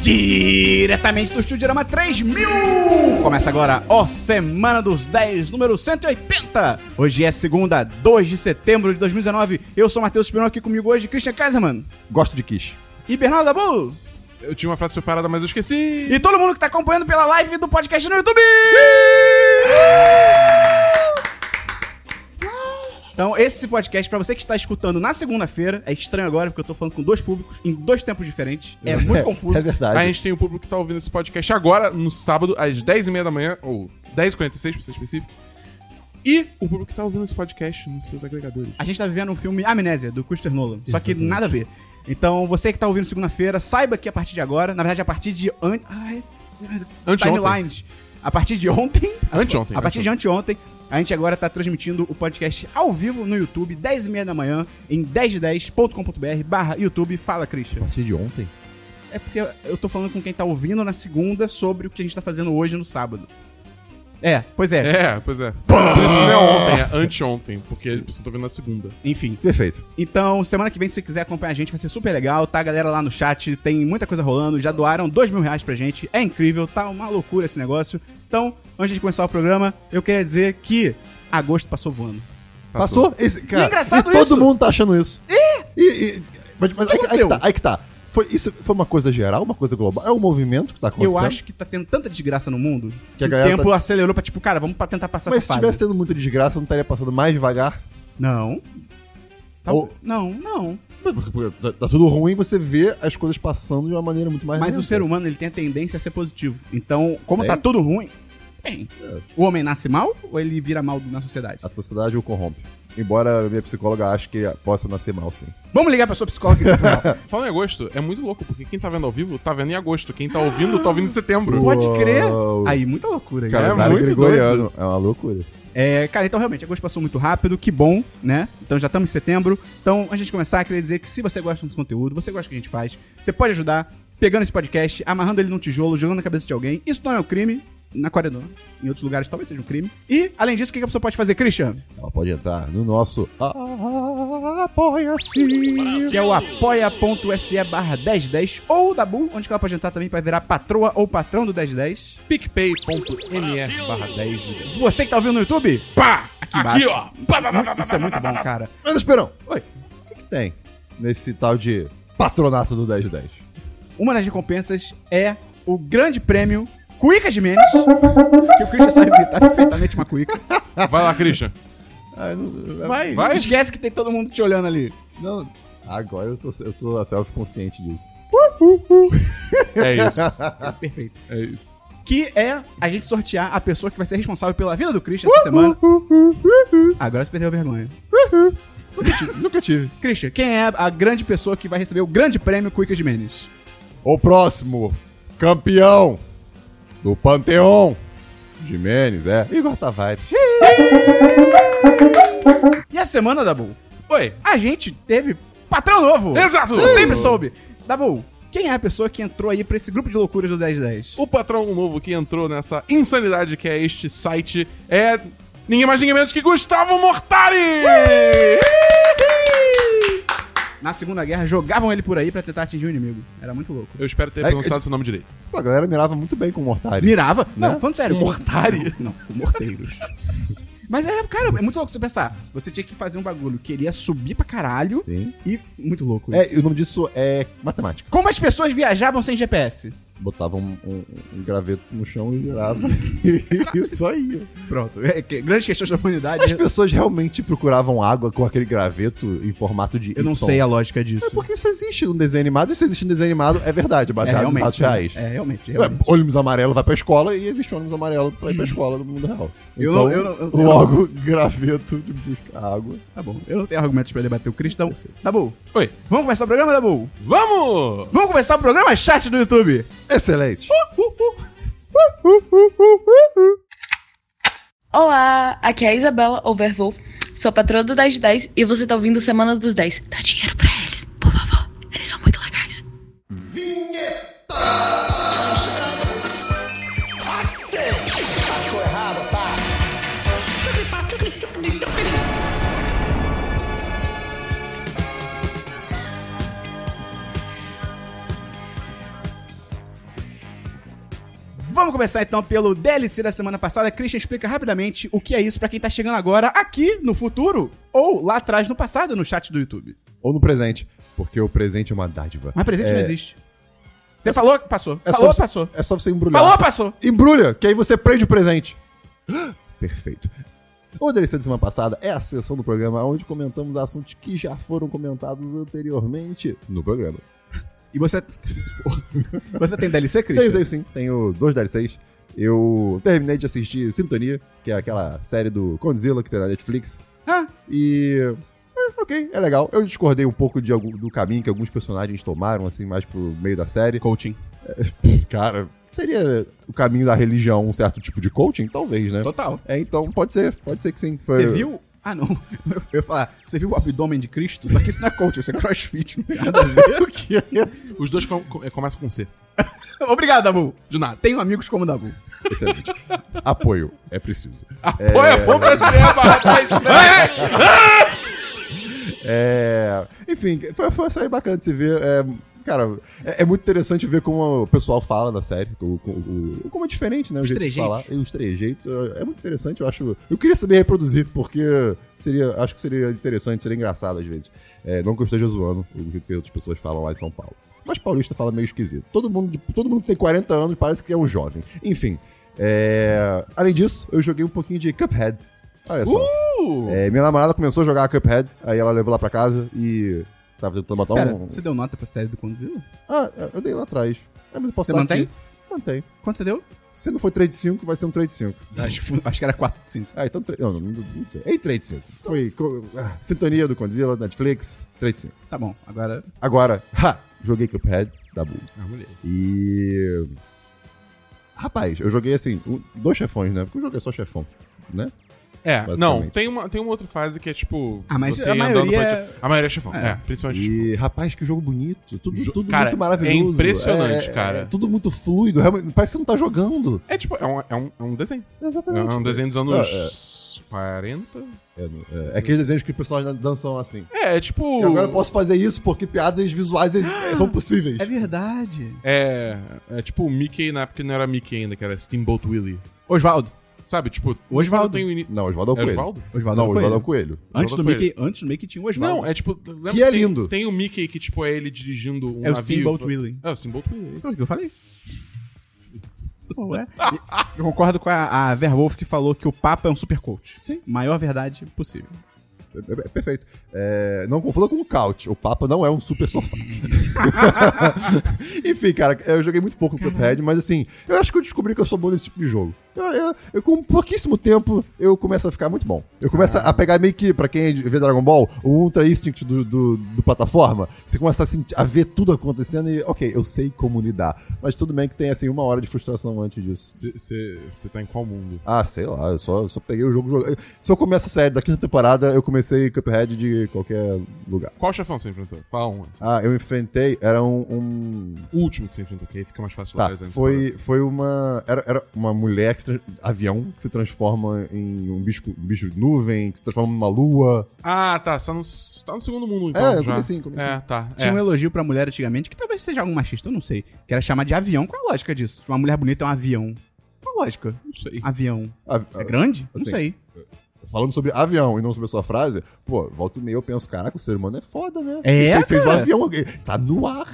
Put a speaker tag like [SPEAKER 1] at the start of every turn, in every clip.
[SPEAKER 1] Diretamente do Estúdio 3000! Começa agora, ó, Semana dos 10, número 180! Hoje é segunda, 2 de setembro de 2019. Eu sou o Matheus Esperon, aqui comigo hoje, Christian Kaiserman
[SPEAKER 2] Gosto de Kiss.
[SPEAKER 1] e Bernardo Dabu!
[SPEAKER 3] Eu tinha uma frase separada, mas eu esqueci.
[SPEAKER 1] E todo mundo que tá acompanhando pela live do podcast no YouTube! Então, esse podcast, pra você que está escutando na segunda-feira, é estranho agora, porque eu tô falando com dois públicos em dois tempos diferentes. É muito confuso.
[SPEAKER 2] É verdade.
[SPEAKER 3] A gente tem o público que tá ouvindo esse podcast agora, no sábado, às 10h30 da manhã, ou 10h46, pra ser específico. E o público que tá ouvindo esse podcast nos seus agregadores.
[SPEAKER 1] A gente tá vivendo um filme Amnésia, do Christopher Nolan. Só que nada a ver. Então, você que tá ouvindo segunda-feira, saiba que a partir de agora, na verdade, a partir de. An... Ai,
[SPEAKER 3] Anteontem.
[SPEAKER 1] timelines. A partir de ontem.
[SPEAKER 3] Anteontem.
[SPEAKER 1] A partir de anteontem, a gente agora tá transmitindo o podcast ao vivo no YouTube, 10h30 da manhã, em 1010.com.br barra YouTube. Fala, Christian.
[SPEAKER 2] A partir de ontem.
[SPEAKER 1] É porque eu tô falando com quem tá ouvindo na segunda sobre o que a gente tá fazendo hoje no sábado. É, pois é.
[SPEAKER 3] É, pois é. Por isso não é ontem, é anteontem, porque você tá ouvindo na segunda.
[SPEAKER 1] Enfim.
[SPEAKER 2] Perfeito.
[SPEAKER 1] Então, semana que vem, se você quiser acompanhar a gente, vai ser super legal. Tá a galera lá no chat, tem muita coisa rolando. Já doaram dois mil reais pra gente. É incrível, tá uma loucura esse negócio. Então, antes de começar o programa, eu queria dizer que agosto passou voando.
[SPEAKER 2] Passou? Esse, cara,
[SPEAKER 1] E engraçado
[SPEAKER 2] e todo
[SPEAKER 1] isso.
[SPEAKER 2] mundo tá achando isso. E, e- mas mas aí, aí que
[SPEAKER 1] aconteceu?
[SPEAKER 2] tá, aí que tá. Foi, isso foi uma coisa geral, uma coisa global? É um movimento que tá acontecendo?
[SPEAKER 1] Eu acho que tá tendo tanta desgraça no mundo que,
[SPEAKER 2] Que a
[SPEAKER 1] o
[SPEAKER 2] galera
[SPEAKER 1] tempo
[SPEAKER 2] tá-
[SPEAKER 1] acelerou pra tipo, cara, vamos pra tentar passar
[SPEAKER 2] Mas
[SPEAKER 1] essa
[SPEAKER 2] se
[SPEAKER 1] fase.
[SPEAKER 2] tivesse tendo muita desgraça, não estaria passando mais devagar?
[SPEAKER 1] Não. Tal-
[SPEAKER 2] Ou-
[SPEAKER 1] Não, não.
[SPEAKER 2] Tá, tá tudo ruim, você vê as coisas passando de uma maneira muito mais...
[SPEAKER 1] Mas o
[SPEAKER 2] lenta.
[SPEAKER 1] ser hum-, humano, ele tem a tendência a ser positivo. Então, como
[SPEAKER 2] assim. Tem? É.
[SPEAKER 1] tá tudo ruim, tem. O homem nasce mal ou ele vira mal na sociedade?
[SPEAKER 2] A sociedade o corrompe. Embora a minha psicóloga ache que possa nascer mal, sim.
[SPEAKER 1] Vamos ligar pra sua psicóloga. e tal.
[SPEAKER 3] Falando em agosto, é muito louco, porque quem tá vendo ao vivo tá vendo em agosto. Quem tá ouvindo, tá ouvindo em setembro.
[SPEAKER 1] Pode
[SPEAKER 2] Uou.
[SPEAKER 1] crer. Aí, muita loucura. isso.
[SPEAKER 3] Cara,
[SPEAKER 2] Calendário
[SPEAKER 3] é muito
[SPEAKER 2] gregoriano. É uma loucura.
[SPEAKER 1] É, cara, então realmente, agosto passou muito rápido, que bom, né? Então já estamos em setembro. Então, antes de começar, queria dizer que se você gosta desse conteúdo, você gosta do que a gente faz, você pode ajudar pegando esse podcast, amarrando ele num tijolo, jogando na cabeça de alguém. Isso não é um crime. Na Coreia do Norte, em outros lugares talvez seja um crime. E, além disso, o que que a pessoa pode fazer, Christian?
[SPEAKER 2] Ela pode entrar no nosso... Apoia-se!
[SPEAKER 1] Que é o apoia.se barra 1010 ou Dabu, onde que ela pode entrar também para virar patroa ou patrão do 1010.
[SPEAKER 3] picpay.me barra 10 de
[SPEAKER 1] Você que tá ouvindo no YouTube,
[SPEAKER 3] Pá!
[SPEAKER 1] Aqui
[SPEAKER 3] Aqui,
[SPEAKER 1] embaixo.
[SPEAKER 3] ó! Pá, pá, pá, pá, pá,
[SPEAKER 1] isso é muito bom, cara.
[SPEAKER 2] Mas, Esperão,
[SPEAKER 1] Oi.
[SPEAKER 2] O que, que tem nesse tal de patronato do 10 de 10?
[SPEAKER 1] Uma das recompensas é o grande prêmio Cuica de Menes. Que o Christian sabe imitar perfeitamente uma cuica.
[SPEAKER 3] pá. Vai lá, Christian.
[SPEAKER 2] Ah, eu não,
[SPEAKER 1] Vai,
[SPEAKER 3] Vai.
[SPEAKER 1] Esquece que tem todo mundo te olhando ali.
[SPEAKER 2] não- agora eu tô, eu tô self-consciente disso.
[SPEAKER 3] É isso.
[SPEAKER 1] Tá Perfeito.
[SPEAKER 3] É isso.
[SPEAKER 1] Que é a gente sortear a pessoa que vai ser responsável pela vida do Christian essa semana. Agora você perdeu a vergonha.
[SPEAKER 2] Nunca tive. nunca tive.
[SPEAKER 1] Christian, quem é a grande pessoa que vai receber o grande prêmio Cuica de Menes?
[SPEAKER 2] O próximo campeão do Panteão Jimenez é Igor Tavares.
[SPEAKER 1] E a semana, Dabu?
[SPEAKER 3] Oi.
[SPEAKER 1] A gente teve patrão novo.
[SPEAKER 3] Exato!
[SPEAKER 1] Eu sempre soube. Dabu, quem é a pessoa que entrou aí pra esse grupo de loucuras do 1010?
[SPEAKER 3] O patrão novo que entrou nessa insanidade que é este site é ninguém mais ninguém menos que Gustavo Mortari!
[SPEAKER 1] Na Segunda Guerra, jogavam ele por aí pra tentar atingir o inimigo. Era muito louco.
[SPEAKER 3] Eu espero ter
[SPEAKER 2] É,
[SPEAKER 3] pronunciado seu nome direito.
[SPEAKER 2] Pô, a galera mirava muito bem com o Mortari.
[SPEAKER 1] Mirava? Não, falando sério.
[SPEAKER 3] Um mortário?
[SPEAKER 1] Né? Não, não, morteiros. Mas é, cara, é muito louco você pensar. Você tinha que fazer um bagulho que ele ia subir pra caralho
[SPEAKER 2] Sim.
[SPEAKER 1] e muito louco isso.
[SPEAKER 2] É, e o nome disso é matemática.
[SPEAKER 1] Como as pessoas viajavam sem GPS?
[SPEAKER 2] Botava um, um- um graveto no chão e girava. e só ia.
[SPEAKER 1] Pronto. É, que- grandes questões da humanidade.
[SPEAKER 2] As pessoas realmente procuravam água com aquele graveto em formato de
[SPEAKER 1] Eu não
[SPEAKER 2] Y.
[SPEAKER 1] sei a lógica disso.
[SPEAKER 2] É porque isso existe no desenho animado, e se existe no desenho animado, é verdade,
[SPEAKER 1] É,
[SPEAKER 2] baseado em fatos
[SPEAKER 1] realmente.
[SPEAKER 2] reais.
[SPEAKER 1] É, realmente.
[SPEAKER 2] Ué,
[SPEAKER 1] realmente.
[SPEAKER 2] ônibus amarelo vai pra escola e existe ônibus amarelo pra ir pra escola no mundo real. Então,
[SPEAKER 1] Eu não- eu não- eu-
[SPEAKER 2] logo, graveto de busca água.
[SPEAKER 1] Tá bom. Eu não tenho argumentos pra debater o Cristão. Dabu,
[SPEAKER 3] Oi.
[SPEAKER 1] vamos começar o programa, Dabu?
[SPEAKER 3] Vamos!
[SPEAKER 1] Vamos começar o programa chat do YouTube. Uh,
[SPEAKER 2] Excelente.
[SPEAKER 4] Olá, aqui é a Isabela Overwolf, sou patroa do 10 de 10 e você tá ouvindo Semana dos 10. Dá dinheiro pra eles, por favor, eles são muito legais.
[SPEAKER 1] Vamos começar então pelo DLC da semana passada. Christian explica rapidamente o que é isso pra quem tá chegando agora aqui no futuro ou lá atrás no passado no chat do YouTube.
[SPEAKER 2] Ou no presente, porque o presente é uma dádiva.
[SPEAKER 1] Mas presente não existe. Você
[SPEAKER 2] É só-
[SPEAKER 1] falou, passou.
[SPEAKER 2] É
[SPEAKER 1] falou,
[SPEAKER 2] só, você-
[SPEAKER 1] passou.
[SPEAKER 2] É só você embrulhar.
[SPEAKER 1] Falou, passou.
[SPEAKER 2] Embrulha, que aí você prende o presente. Perfeito. O DLC de semana passada é a sessão do programa onde comentamos assuntos que já foram comentados anteriormente no programa.
[SPEAKER 1] E você. você tem DLC, Christian?
[SPEAKER 2] Tenho, tenho sim, tenho dois DLCs. Eu terminei de assistir Sintonia, que é aquela série do Condzilla que tem na Netflix.
[SPEAKER 1] Ah,
[SPEAKER 2] E. é, ok, é legal. Eu discordei um pouco de algum- do caminho que alguns personagens tomaram, assim, mais pro meio da série.
[SPEAKER 1] coaching.
[SPEAKER 2] Cara, seria o caminho da religião um certo tipo de coaching? Talvez, né?
[SPEAKER 1] Total.
[SPEAKER 2] É, então pode ser, pode ser que sim. Foi-
[SPEAKER 1] Você viu? Ah, não. Eu ia falar, você viu o abdômen de Cristo? Só que isso não é coaching, isso é crossfit.
[SPEAKER 2] o que é?
[SPEAKER 3] Os dois com- com- é, começam com C.
[SPEAKER 1] Obrigado, Dabu.
[SPEAKER 3] De nada.
[SPEAKER 1] Tenho amigos como o Dabu.
[SPEAKER 2] Excelente. Apoio, é preciso.
[SPEAKER 3] Apoia.se barra podcast.
[SPEAKER 2] É, enfim, foi, foi uma série bacana de se ver. é, cara, é, é muito interessante ver como o pessoal fala da série, como, como, como é diferente, né? O
[SPEAKER 1] Os
[SPEAKER 2] jeito
[SPEAKER 1] trejeitos.
[SPEAKER 2] de falar. E os trejeitos. é, É muito interessante, eu acho. Eu queria saber reproduzir, porque seria, acho que seria interessante, seria engraçado às vezes. É, não que eu esteja zoando o jeito que outras pessoas falam lá em São Paulo. Mas paulista fala meio esquisito. Todo mundo, todo mundo que tem 40 anos, parece que é um jovem. Enfim. é, além disso, eu joguei um pouquinho de Cuphead. Olha só.
[SPEAKER 3] Uh!
[SPEAKER 2] É, minha namorada começou a jogar Cuphead, aí ela levou lá pra casa e tava tentando matar
[SPEAKER 1] Pera,
[SPEAKER 2] um.
[SPEAKER 1] você deu nota pra série do Condzilla?
[SPEAKER 2] Ah, eu dei lá atrás. Ah, mas eu posso
[SPEAKER 1] Você
[SPEAKER 2] dar
[SPEAKER 1] mantém?
[SPEAKER 2] aqui. Mantém.
[SPEAKER 1] Quanto você deu?
[SPEAKER 2] Se não foi 3 de 5, vai ser um 3 de 5.
[SPEAKER 1] Acho, acho que era 4 de 5.
[SPEAKER 2] Ah, então. tre- Não, não, não, não sei. Ei, 3 de 5. Foi. co- ah, sintonia do Condzilla, Netflix, 3 de 5.
[SPEAKER 1] Tá bom, agora.
[SPEAKER 2] Agora, ha! Joguei Cuphead, da Bull.
[SPEAKER 3] Ah, mulher.
[SPEAKER 2] E. Rapaz, eu joguei assim, um- dois chefões, né? Porque eu joguei só chefão, né?
[SPEAKER 3] É,
[SPEAKER 2] Basicamente.
[SPEAKER 3] não, tem uma, tem uma outra fase que é tipo.
[SPEAKER 1] Ah, mas
[SPEAKER 3] você
[SPEAKER 1] a
[SPEAKER 3] andando
[SPEAKER 1] maioria
[SPEAKER 3] pra-
[SPEAKER 1] é-
[SPEAKER 3] A maioria é chefão,
[SPEAKER 1] É.
[SPEAKER 3] é, principalmente. chefão.
[SPEAKER 2] E, rapaz, que jogo bonito. Tudo,
[SPEAKER 3] Jo-
[SPEAKER 2] tudo
[SPEAKER 3] cara,
[SPEAKER 2] muito maravilhoso.
[SPEAKER 3] é impressionante, cara.
[SPEAKER 2] é tudo muito fluido. realmente, Parece que você não tá jogando.
[SPEAKER 3] É tipo, é um, é um, é um desenho. É
[SPEAKER 2] Exatamente.
[SPEAKER 3] um desenho dos anos 40.
[SPEAKER 2] É, é aqueles desenhos que os personagens dançam assim.
[SPEAKER 3] É, é tipo.
[SPEAKER 2] E agora eu posso fazer isso porque piadas visuais ex- são possíveis.
[SPEAKER 1] verdade.
[SPEAKER 3] É, é tipo o Mickey na época que não era Mickey ainda, que era Steamboat Willie.
[SPEAKER 1] Osvaldo.
[SPEAKER 3] Sabe, tipo.
[SPEAKER 1] Osvaldo.
[SPEAKER 3] tem o ini-
[SPEAKER 2] Não, Oswaldo é o
[SPEAKER 3] É
[SPEAKER 2] Coelho.
[SPEAKER 3] Osvaldo?
[SPEAKER 1] Osvaldo
[SPEAKER 2] Não,
[SPEAKER 1] é o
[SPEAKER 2] Oswaldo é o
[SPEAKER 1] Coelho.
[SPEAKER 2] Coelho.
[SPEAKER 1] Antes do,
[SPEAKER 3] Osvaldo
[SPEAKER 1] Mickey, antes do Mickey tinha um o Osvaldo.
[SPEAKER 3] Não, é tipo. lembra
[SPEAKER 2] Que é
[SPEAKER 3] tem-
[SPEAKER 2] lindo.
[SPEAKER 3] Tem, o Mickey que, tipo, é ele dirigindo um
[SPEAKER 1] É o
[SPEAKER 3] navio.
[SPEAKER 1] Steamboat Willie.
[SPEAKER 3] É o Steamboat Willie.
[SPEAKER 1] Sabe o que eu falei? Pô, é. E Eu concordo com a, a Verwolf que falou que o Papa é um super coach.
[SPEAKER 2] Sim.
[SPEAKER 1] Maior verdade possível.
[SPEAKER 2] É- é- é perfeito. É, não confunda com o couch. O Papa não é um super sofá. Enfim, cara, eu joguei muito pouco no Cuphead, mas assim, eu acho que eu descobri que eu sou bom nesse tipo de jogo. Eu, eu- eu, com pouquíssimo tempo, eu começo a ficar muito bom. Eu começo a pegar meio que, pra quem vê Dragon Ball, o Ultra Instinct do, do- do plataforma. Você começa a, sentir- a ver tudo acontecendo e, ok, eu sei como lidar. Mas tudo bem que tem, assim, uma hora de frustração antes disso.
[SPEAKER 3] Você tá em qual mundo?
[SPEAKER 2] Ah, sei lá, eu só, só peguei o jogo. joguei. Se eu começo a série da quinta temporada, eu comecei Cuphead de qualquer lugar.
[SPEAKER 3] Qual chefão você enfrentou? Fala um. antes.
[SPEAKER 2] Ah, eu enfrentei. Era um. um-
[SPEAKER 3] O último que você enfrentou, que aí fica mais fácil
[SPEAKER 2] Tá,
[SPEAKER 3] localizar nesse momento.
[SPEAKER 2] foi, foi uma. Era, era uma mulher que se tran- avião que se transforma em um bicho, um bicho de nuvem, que se transforma numa lua.
[SPEAKER 3] Ah, tá. Você tá no, você tá no segundo mundo, então.
[SPEAKER 2] É, eu
[SPEAKER 3] já.
[SPEAKER 2] comecei, comecei.
[SPEAKER 3] É, tá.
[SPEAKER 1] Tinha
[SPEAKER 3] é.
[SPEAKER 1] um elogio pra mulher antigamente, que talvez seja algo machista, eu não sei. Que era chamar de avião. Qual é a lógica disso? Uma mulher bonita é um avião. Qual a lógica?
[SPEAKER 3] Não sei.
[SPEAKER 2] Ah,
[SPEAKER 1] Avião.
[SPEAKER 2] Avi-
[SPEAKER 1] É grande?
[SPEAKER 2] assim,
[SPEAKER 1] não sei.
[SPEAKER 2] Falando sobre avião e não sobre a sua frase, pô, volta e meia eu penso: caraca, o ser humano é foda, né?
[SPEAKER 1] É,
[SPEAKER 2] Fe- fez um
[SPEAKER 1] cara.
[SPEAKER 2] avião, tá no ar,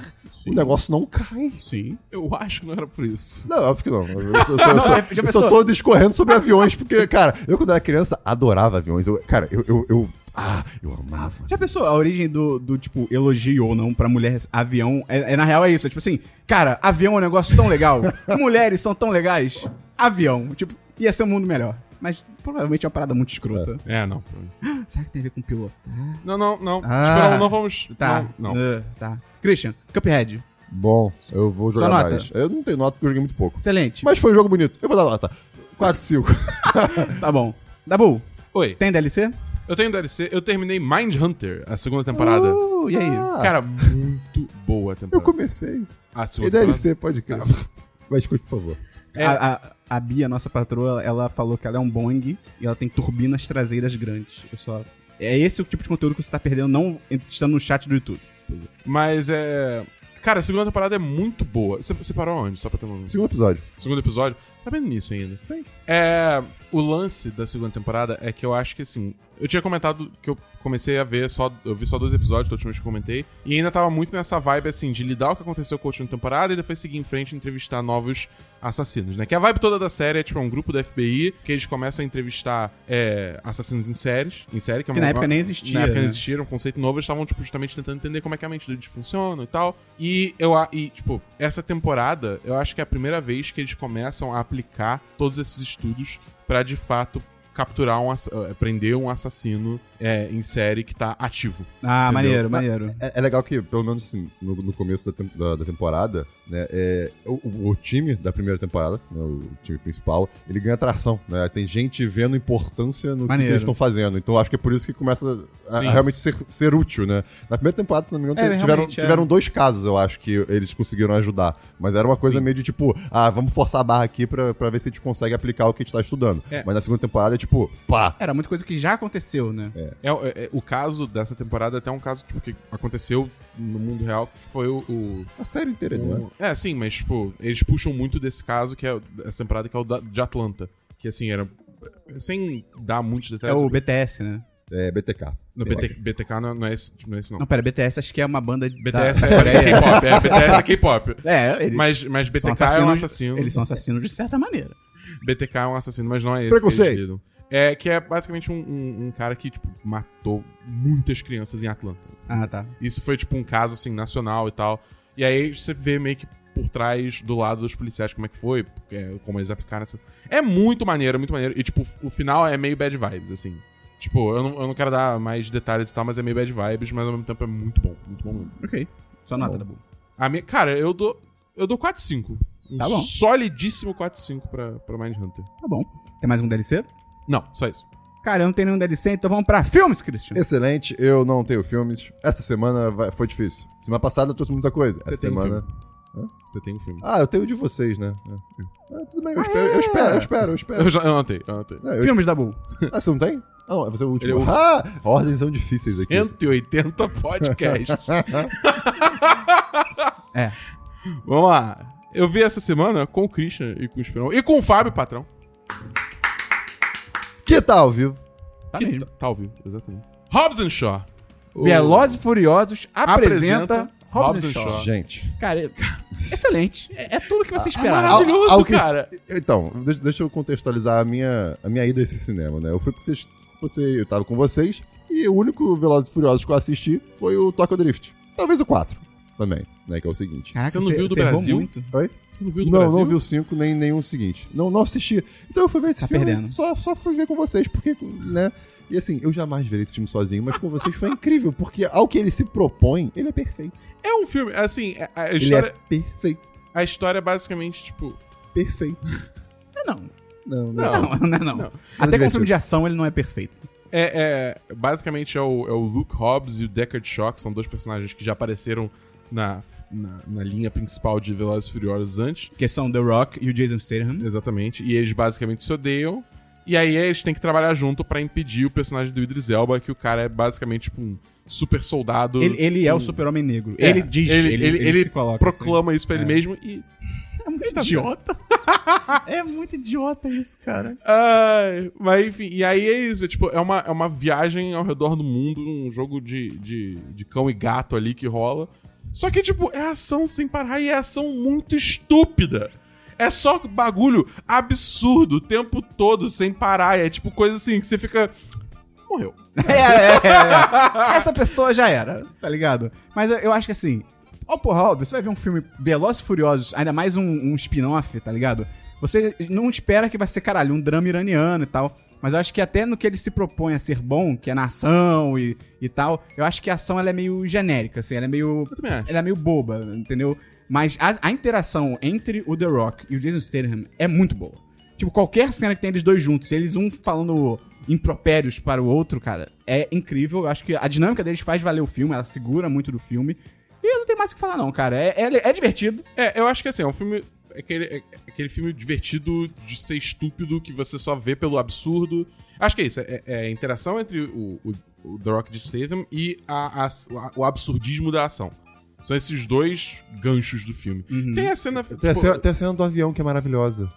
[SPEAKER 2] o negócio não cai.
[SPEAKER 1] Sim.
[SPEAKER 3] Eu acho que não era por isso.
[SPEAKER 2] Não, óbvio que não. Eu, eu, sou- eu, sou-
[SPEAKER 1] Não,
[SPEAKER 2] eu
[SPEAKER 1] é, já
[SPEAKER 2] sou
[SPEAKER 1] pensou?
[SPEAKER 2] todo escorrendo sobre aviões, porque, cara, eu quando era criança adorava aviões. Eu- cara, eu. eu, eu- ah, eu amava.
[SPEAKER 1] Já pensou a origem do, do, tipo, elogio ou não pra mulher avião? É, é- na real é isso, é tipo assim, cara, avião é um negócio tão legal, mulheres são tão legais, avião, tipo, ia ser um mundo melhor. Mas provavelmente é uma parada muito escrota.
[SPEAKER 3] É, não.
[SPEAKER 1] Será que tem a ver com piloto?
[SPEAKER 3] Não, não, não.
[SPEAKER 1] Ah.
[SPEAKER 3] Espera, não vamos.
[SPEAKER 1] Tá,
[SPEAKER 3] Não. não.
[SPEAKER 1] Ah, tá. Christian, Cuphead,
[SPEAKER 2] Bom, eu vou
[SPEAKER 1] Sua
[SPEAKER 2] jogar
[SPEAKER 1] nota.
[SPEAKER 2] mais. Eu não tenho nota porque eu joguei muito pouco.
[SPEAKER 1] excelente.
[SPEAKER 2] Mas foi um jogo bonito. Eu vou dar nota. 4, 5.
[SPEAKER 1] Tá bom. Dabu,
[SPEAKER 3] Oi.
[SPEAKER 1] tem DLC?
[SPEAKER 3] Eu tenho DLC, eu terminei Mind Hunter, a segunda temporada.
[SPEAKER 1] Uh, e aí?
[SPEAKER 3] Cara, muito boa a
[SPEAKER 2] eu
[SPEAKER 3] temporada.
[SPEAKER 2] comecei.
[SPEAKER 3] A
[SPEAKER 2] E
[SPEAKER 3] segunda temporada.
[SPEAKER 2] DLC, pode crer. Mas escute, por favor.
[SPEAKER 3] É.
[SPEAKER 1] A, a- a Bia, nossa patroa, ela falou que ela é um Boeing e ela tem turbinas traseiras grandes. Eu só... É esse o tipo de conteúdo que você tá perdendo não estando no chat do YouTube.
[SPEAKER 3] Mas é. Cara, a segunda temporada é muito boa. Você, você parou aonde? Só pra ter um
[SPEAKER 2] Segundo episódio.
[SPEAKER 3] segundo episódio. Tá vendo nisso ainda? Sim. É, o lance da segunda temporada é que eu acho que assim. Eu tinha comentado que eu comecei a ver só. Eu vi só dois episódios da última vez que eu comentei. E ainda tava muito nessa vibe assim de lidar o que aconteceu com a última temporada e depois seguir em frente e entrevistar novos assassinos, né? Que a vibe toda da série é tipo é um grupo da FBI que eles começam a entrevistar é, assassinos em séries. Em série, que é
[SPEAKER 1] Que
[SPEAKER 3] uma-
[SPEAKER 1] na época nem existia.
[SPEAKER 3] na época não
[SPEAKER 1] né?
[SPEAKER 3] existia, era um conceito novo, eles estavam, tipo, justamente tentando entender como é que a mente deles funciona e tal. E eu a- e, tipo, essa temporada, eu acho que é a primeira vez que eles começam a aplicar todos esses estudos pra de fato capturar um ass- eh, prender um assassino eh, em série que tá ativo.
[SPEAKER 1] Ah, maneiro,
[SPEAKER 2] Entendeu? Ah,
[SPEAKER 1] maneiro.
[SPEAKER 2] É, é legal que, pelo menos assim, no, no começo da, tem- da- da temporada, né, é, o, o time da primeira temporada, né, o time principal, ele ganha atração, né? Tem gente vendo importância no que que
[SPEAKER 1] Maneiro.
[SPEAKER 2] eles estão fazendo. Então acho que é por isso que começa a, a
[SPEAKER 3] Sim.
[SPEAKER 2] realmente ser, ser útil, né? Na primeira temporada, se não me engano,
[SPEAKER 1] É,
[SPEAKER 2] te- tiveram,
[SPEAKER 1] realmente, é.
[SPEAKER 2] tiveram dois casos, eu acho, que eles conseguiram ajudar. Mas era uma coisa
[SPEAKER 3] Sim.
[SPEAKER 2] meio de tipo, ah, vamos forçar a barra aqui pra, pra ver se a gente consegue aplicar o que a gente tá estudando.
[SPEAKER 3] É.
[SPEAKER 2] Mas na segunda temporada é tipo, pá!
[SPEAKER 1] Era muita coisa que já aconteceu, né?
[SPEAKER 3] É, é- é- o caso dessa temporada é até um caso tipo, que aconteceu no mundo real, que foi o- o
[SPEAKER 2] A série inteira, né?
[SPEAKER 3] O- É, sim, mas, tipo, eles puxam muito desse caso, que é essa temporada que é o da- de Atlanta. Que, assim, era. Sem dar muitos
[SPEAKER 1] É
[SPEAKER 3] detalhes.
[SPEAKER 1] o BTS, né?
[SPEAKER 2] É, BTK.
[SPEAKER 3] no BT, BTK não é, não é esse, não, é esse, não.
[SPEAKER 1] Não, pera, BTS acho que é uma banda. da-
[SPEAKER 3] BTS é K-pop. É, BTS é K-pop.
[SPEAKER 1] É, eles
[SPEAKER 3] Mas, mas BTK é um
[SPEAKER 1] assassinos-
[SPEAKER 3] assassino.
[SPEAKER 1] Eles são assassinos de certa maneira.
[SPEAKER 3] BTK é um assassino, mas não é esse.
[SPEAKER 2] Preconceito.
[SPEAKER 3] Que eles lidam. é, que é basicamente um, um- um cara que, tipo, matou muitas crianças em Atlanta.
[SPEAKER 1] Ah, tá.
[SPEAKER 3] Isso foi, tipo, um caso, assim, nacional e tal. E aí você vê meio que por trás do lado dos policiais como é que foi, é, como eles aplicaram essa... É muito maneiro, muito maneiro. E, tipo, o final é meio bad vibes, assim. Tipo, eu não, eu não quero dar mais detalhes e tal, mas é meio bad vibes, mas ao mesmo tempo é muito bom. Muito bom mesmo.
[SPEAKER 1] Ok.
[SPEAKER 3] Tá
[SPEAKER 1] Só nota, Dabu.
[SPEAKER 3] A minha, cara, eu dou... Eu dou 4-5. Um
[SPEAKER 1] Tá bom.
[SPEAKER 3] solidíssimo 4-5 pra, pra Mindhunter.
[SPEAKER 1] Tá bom. Tem mais um DLC?
[SPEAKER 3] Não, só isso.
[SPEAKER 1] Cara, eu não tenho nenhum DLC, então vamos pra filmes, Christian.
[SPEAKER 2] Excelente, eu não tenho filmes. Essa semana vai- foi difícil. Semana passada eu trouxe muita coisa.
[SPEAKER 3] Você
[SPEAKER 2] Essa
[SPEAKER 3] tem um
[SPEAKER 2] semana.
[SPEAKER 3] Você tem um filme.
[SPEAKER 2] Ah, eu tenho o de vocês, né? É. Ah, tudo bem, eu espero, eu espero, eu espero, eu espero.
[SPEAKER 3] Eu já eu anotei, eu anotei.
[SPEAKER 2] É, eu
[SPEAKER 1] filmes, Dabu.
[SPEAKER 2] espero. Ah, você não tem? Não, é você o último.
[SPEAKER 3] Ele é o último.
[SPEAKER 2] Ah, ordens são difíceis aqui.
[SPEAKER 3] 180 podcasts.
[SPEAKER 1] É.
[SPEAKER 3] Vamos lá. Eu vi essa semana com o Christian e com o Esperão. E com o Fábio, patrão.
[SPEAKER 2] Que tal, viu?
[SPEAKER 1] Tá
[SPEAKER 3] que
[SPEAKER 1] mesmo.
[SPEAKER 3] tá- Tá ao vivo, exatamente. Hobbs and Shaw. O-
[SPEAKER 1] Velozes e Furiosos apresenta,
[SPEAKER 3] Apresenta
[SPEAKER 1] Hobbs and
[SPEAKER 3] Hobbs and
[SPEAKER 1] Shaw.
[SPEAKER 3] Shaw.
[SPEAKER 2] Gente.
[SPEAKER 1] Cara, eu- excelente. É, é tudo que você
[SPEAKER 3] Ah,
[SPEAKER 1] esperava.
[SPEAKER 3] maravilhoso. cara.
[SPEAKER 2] Então, deixa, deixa eu contextualizar a minha, a minha ida a esse cinema, né? Eu fui porque vocês. Você, eu tava com vocês. E o único Velozes e Furiosos que eu assisti foi o Tokyo Drift. Talvez o 4 também, né? Que é o seguinte.
[SPEAKER 1] Caraca,
[SPEAKER 3] Você não viu do
[SPEAKER 1] errou
[SPEAKER 3] Brasil?
[SPEAKER 1] muito.
[SPEAKER 3] Você não viu do
[SPEAKER 2] não,
[SPEAKER 3] Brasil?
[SPEAKER 2] não vi o 5, nem nenhum seguinte. Não, não assisti. Então eu fui ver esse
[SPEAKER 1] Tá
[SPEAKER 2] filme.
[SPEAKER 1] perdendo.
[SPEAKER 2] Só, só fui ver com vocês, porque, né? E assim, eu jamais verei esse filme sozinho, mas com vocês foi incrível, porque ao que ele se propõe, ele é perfeito.
[SPEAKER 3] É um filme, assim, a- a
[SPEAKER 2] Ele é
[SPEAKER 3] história,
[SPEAKER 2] perfeito,
[SPEAKER 3] a história é basicamente, tipo...
[SPEAKER 2] perfeito.
[SPEAKER 1] Não, não.
[SPEAKER 2] Não, não.
[SPEAKER 3] Não,
[SPEAKER 1] Não, não, é não.
[SPEAKER 3] Não.
[SPEAKER 1] Até com
[SPEAKER 2] divertido.
[SPEAKER 1] filme de ação ele não é perfeito.
[SPEAKER 3] É, é- basicamente é o, é o Luke Hobbs e o Deckard Shaw, que são dois personagens que já apareceram na, na, na linha principal de Velozes e Furiosos antes.
[SPEAKER 1] Que são The Rock e o Jason Statham.
[SPEAKER 3] Exatamente. E eles basicamente se odeiam. E aí eles têm que trabalhar junto pra impedir o personagem do Idris Elba, que o cara é basicamente tipo um super soldado.
[SPEAKER 1] Ele, ele é o
[SPEAKER 3] Um-
[SPEAKER 1] super-homem negro.
[SPEAKER 3] É.
[SPEAKER 1] Ele diz, ele, ele, se coloca.
[SPEAKER 3] proclama isso pra
[SPEAKER 1] É.
[SPEAKER 3] ele mesmo
[SPEAKER 1] assim.
[SPEAKER 3] e.
[SPEAKER 1] É muito
[SPEAKER 3] Ele tá
[SPEAKER 1] idiota. é muito idiota isso, cara.
[SPEAKER 3] Ai, mas enfim, e aí é isso. É, tipo, é uma, é uma viagem ao redor do mundo, um jogo de, de, de cão e gato ali que rola. Só que, tipo, é ação sem parar e é ação muito estúpida. É só bagulho absurdo o tempo todo, sem parar. E é tipo coisa assim que você fica. Morreu.
[SPEAKER 1] É, é, é, é. Essa pessoa já era, tá ligado? Mas eu, eu acho que assim, ó, porra, óbvio, você vai ver um filme Velozes e Furiosos, ainda mais um, um spin-off, tá ligado? Você não espera que vai ser, caralho, um drama iraniano e tal. Mas eu acho que até no que ele se propõe a ser bom, que é na ação e, e tal, eu acho que a ação ela é meio genérica, assim, ela é meio
[SPEAKER 3] Eu também acho.
[SPEAKER 1] ela é meio boba, entendeu? Mas a, a interação entre o The Rock e o Jason Statham é muito boa. Tipo, qualquer cena que tem eles dois juntos, eles um falando impropérios para o outro, cara, é incrível. Eu acho que a dinâmica deles faz valer o filme, ela segura muito do filme. E eu não tenho mais o que falar, não, cara. É, é, é divertido.
[SPEAKER 3] É, eu acho que assim, é um filme. É aquele, é aquele filme divertido de ser estúpido que você só vê pelo absurdo. Acho que é isso. É, é a interação entre o, o, o The Rock de Statham e a, a- o absurdismo da ação. São esses dois ganchos do filme.
[SPEAKER 1] Uhum.
[SPEAKER 3] Tem a cena.
[SPEAKER 2] Tem, a
[SPEAKER 3] tipo,
[SPEAKER 2] cena, tem a cena do avião que é maravilhosa.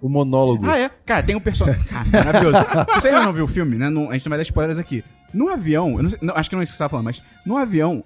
[SPEAKER 2] O monólogo.
[SPEAKER 1] Ah, é? Cara, tem um personagem. Cara, maravilhoso. Se você ainda não viu o filme, né? não- a gente não vai dar spoilers aqui. No avião, eu não sei- não, acho que não é isso que você tava falando, mas no avião,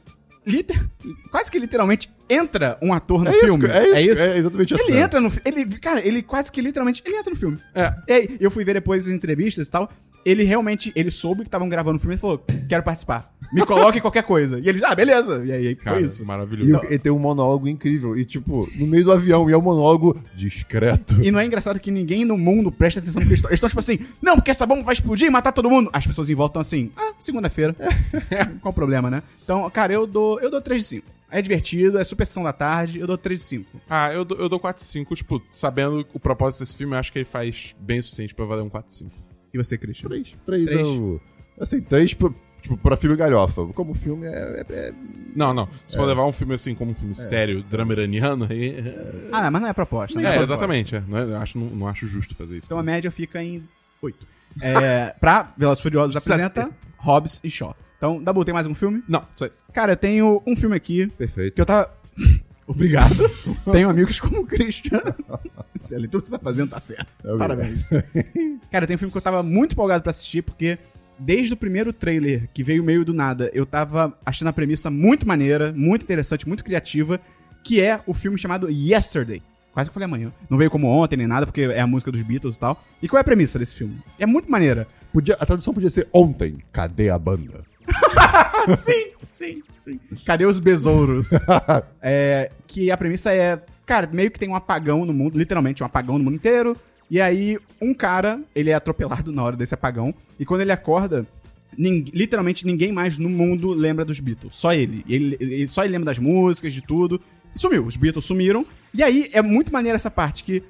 [SPEAKER 1] liter- quase que literalmente entra um ator no
[SPEAKER 2] é, isso,
[SPEAKER 1] filme.
[SPEAKER 2] é isso, é exatamente a
[SPEAKER 1] Ele
[SPEAKER 2] cena.
[SPEAKER 1] entra no fi- ele Cara, ele quase que literalmente. Ele entra no filme.
[SPEAKER 3] É.
[SPEAKER 1] E aí, eu fui ver depois as entrevistas e tal. Ele realmente. Ele soube que estavam gravando o filme e falou: quero participar. Me coloque em qualquer coisa. E eles, ah, beleza. E aí, foi
[SPEAKER 3] Cara,
[SPEAKER 1] isso.
[SPEAKER 2] E,
[SPEAKER 3] maravilhoso.
[SPEAKER 2] o- é. e tem um monólogo incrível. E, tipo, no meio do avião. E é um monólogo discreto.
[SPEAKER 1] E não é engraçado que ninguém no mundo presta atenção no que eles estão. Eles estão tipo assim, não, porque essa bomba vai explodir e matar todo mundo. As pessoas em volta estão assim, ah, segunda-feira. Qual o problema, né? Então, cara, eu dou, eu dou 3 de 5. É divertido, é super sessão da tarde, eu dou 3 de 5.
[SPEAKER 3] Ah, eu, dou- eu dou 4-5, tipo, sabendo o propósito desse filme, eu acho que ele faz bem o suficiente pra valer um 4-5.
[SPEAKER 1] E você, Christian?
[SPEAKER 2] Três. Três,
[SPEAKER 1] Três.
[SPEAKER 2] é o... Assim, três, pra- tipo, pra filho galhofa. Como o filme é- é- é
[SPEAKER 3] Não, não. Se for levar um filme assim, como um filme sério, drama iraniano, aí. É,
[SPEAKER 1] Ah, não, mas não é a proposta. né?
[SPEAKER 3] é,
[SPEAKER 1] Só-
[SPEAKER 3] exatamente. é. Não, é- eu acho, não, não acho justo fazer isso.
[SPEAKER 1] Então a média fica em 8. É, pra Velozes e Furiosos apresenta Hobbs e Shaw. Então, Dabu, tem mais algum filme?
[SPEAKER 3] Não, só isso.
[SPEAKER 1] Cara, eu tenho um filme aqui
[SPEAKER 2] Perfeito.
[SPEAKER 1] que eu tava... Obrigado. tenho amigos como o Christian. Se a leitura que você tá fazendo tá certo.
[SPEAKER 2] É
[SPEAKER 1] Parabéns. Cara, tem um filme que eu tava muito empolgado pra assistir, porque desde o primeiro trailer, que veio meio do nada, eu tava achando a premissa muito maneira, muito interessante, muito criativa, que é o filme chamado Yesterday. Quase que eu falei amanhã. Não veio como ontem nem nada, porque é a música dos Beatles e tal. E qual é a premissa desse filme? É muito maneira.
[SPEAKER 2] Podia, a tradução podia ser ontem. Cadê a banda?
[SPEAKER 1] sim, sim, sim. Cadê os besouros? É, que a premissa é, cara, meio que tem um apagão no mundo, literalmente um apagão no mundo inteiro. E aí, um cara, ele é atropelado na hora desse apagão. E quando ele acorda, nin- literalmente ninguém mais no mundo lembra dos Beatles. Só ele. Ele, ele- Só ele lembra das músicas, de tudo. Sumiu. Os Beatles sumiram. E aí, é muito maneira essa parte que.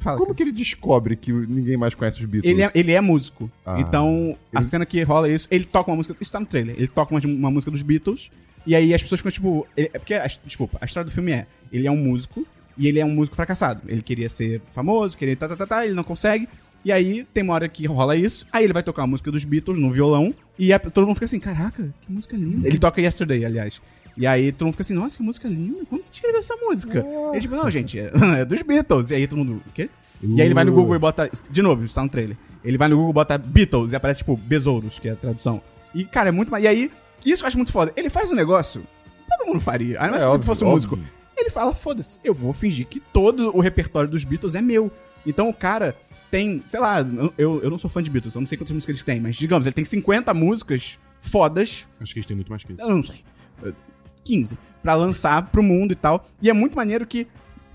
[SPEAKER 1] Fala,
[SPEAKER 2] Como que ele descobre que ninguém mais conhece os Beatles?
[SPEAKER 1] ele é, ele é músico.
[SPEAKER 2] Ah.
[SPEAKER 1] então, a
[SPEAKER 2] Ele-
[SPEAKER 1] cena que rola isso, ele toca uma música. Isso tá no trailer. Ele toca uma, uma música dos Beatles. E aí as pessoas ficam tipo. ele- é porque, a- desculpa, a história do filme é: ele é um músico e ele é um músico fracassado. Ele queria ser famoso, queria tá, tá, tá, tá, ele não consegue. E aí tem uma hora que rola isso. Aí ele vai tocar a música dos Beatles no violão. E a- todo mundo fica assim: caraca, que música linda. Ele toca Yesterday, aliás. E aí todo mundo fica assim: nossa, que música linda. Como você escreveu essa música? E tipo, não, gente, é, é dos Beatles. E aí todo mundo, o quê? E aí ele vai no
[SPEAKER 2] Uh.
[SPEAKER 1] Google e bota. De novo, isso tá no trailer. Ele vai no Google e bota Beatles e aparece, tipo, besouros, que é a tradução. E, cara, é muito. ma- E aí, isso eu acho muito foda. Ele faz um negócio. Todo mundo faria. Ainda mais se
[SPEAKER 2] É óbvio,
[SPEAKER 1] fosse um
[SPEAKER 2] óbvio.
[SPEAKER 1] músico. Ele fala, foda-se, eu vou fingir que todo o repertório dos Beatles é meu. Então o cara tem, sei lá, eu- eu, eu não sou fã de Beatles, eu não sei quantas músicas eles têm, mas digamos, ele tem 50 músicas fodas
[SPEAKER 3] Acho que a gente tem muito mais que isso.
[SPEAKER 1] eu não sei, 15, pra lançar pro mundo e tal. E é muito maneiro que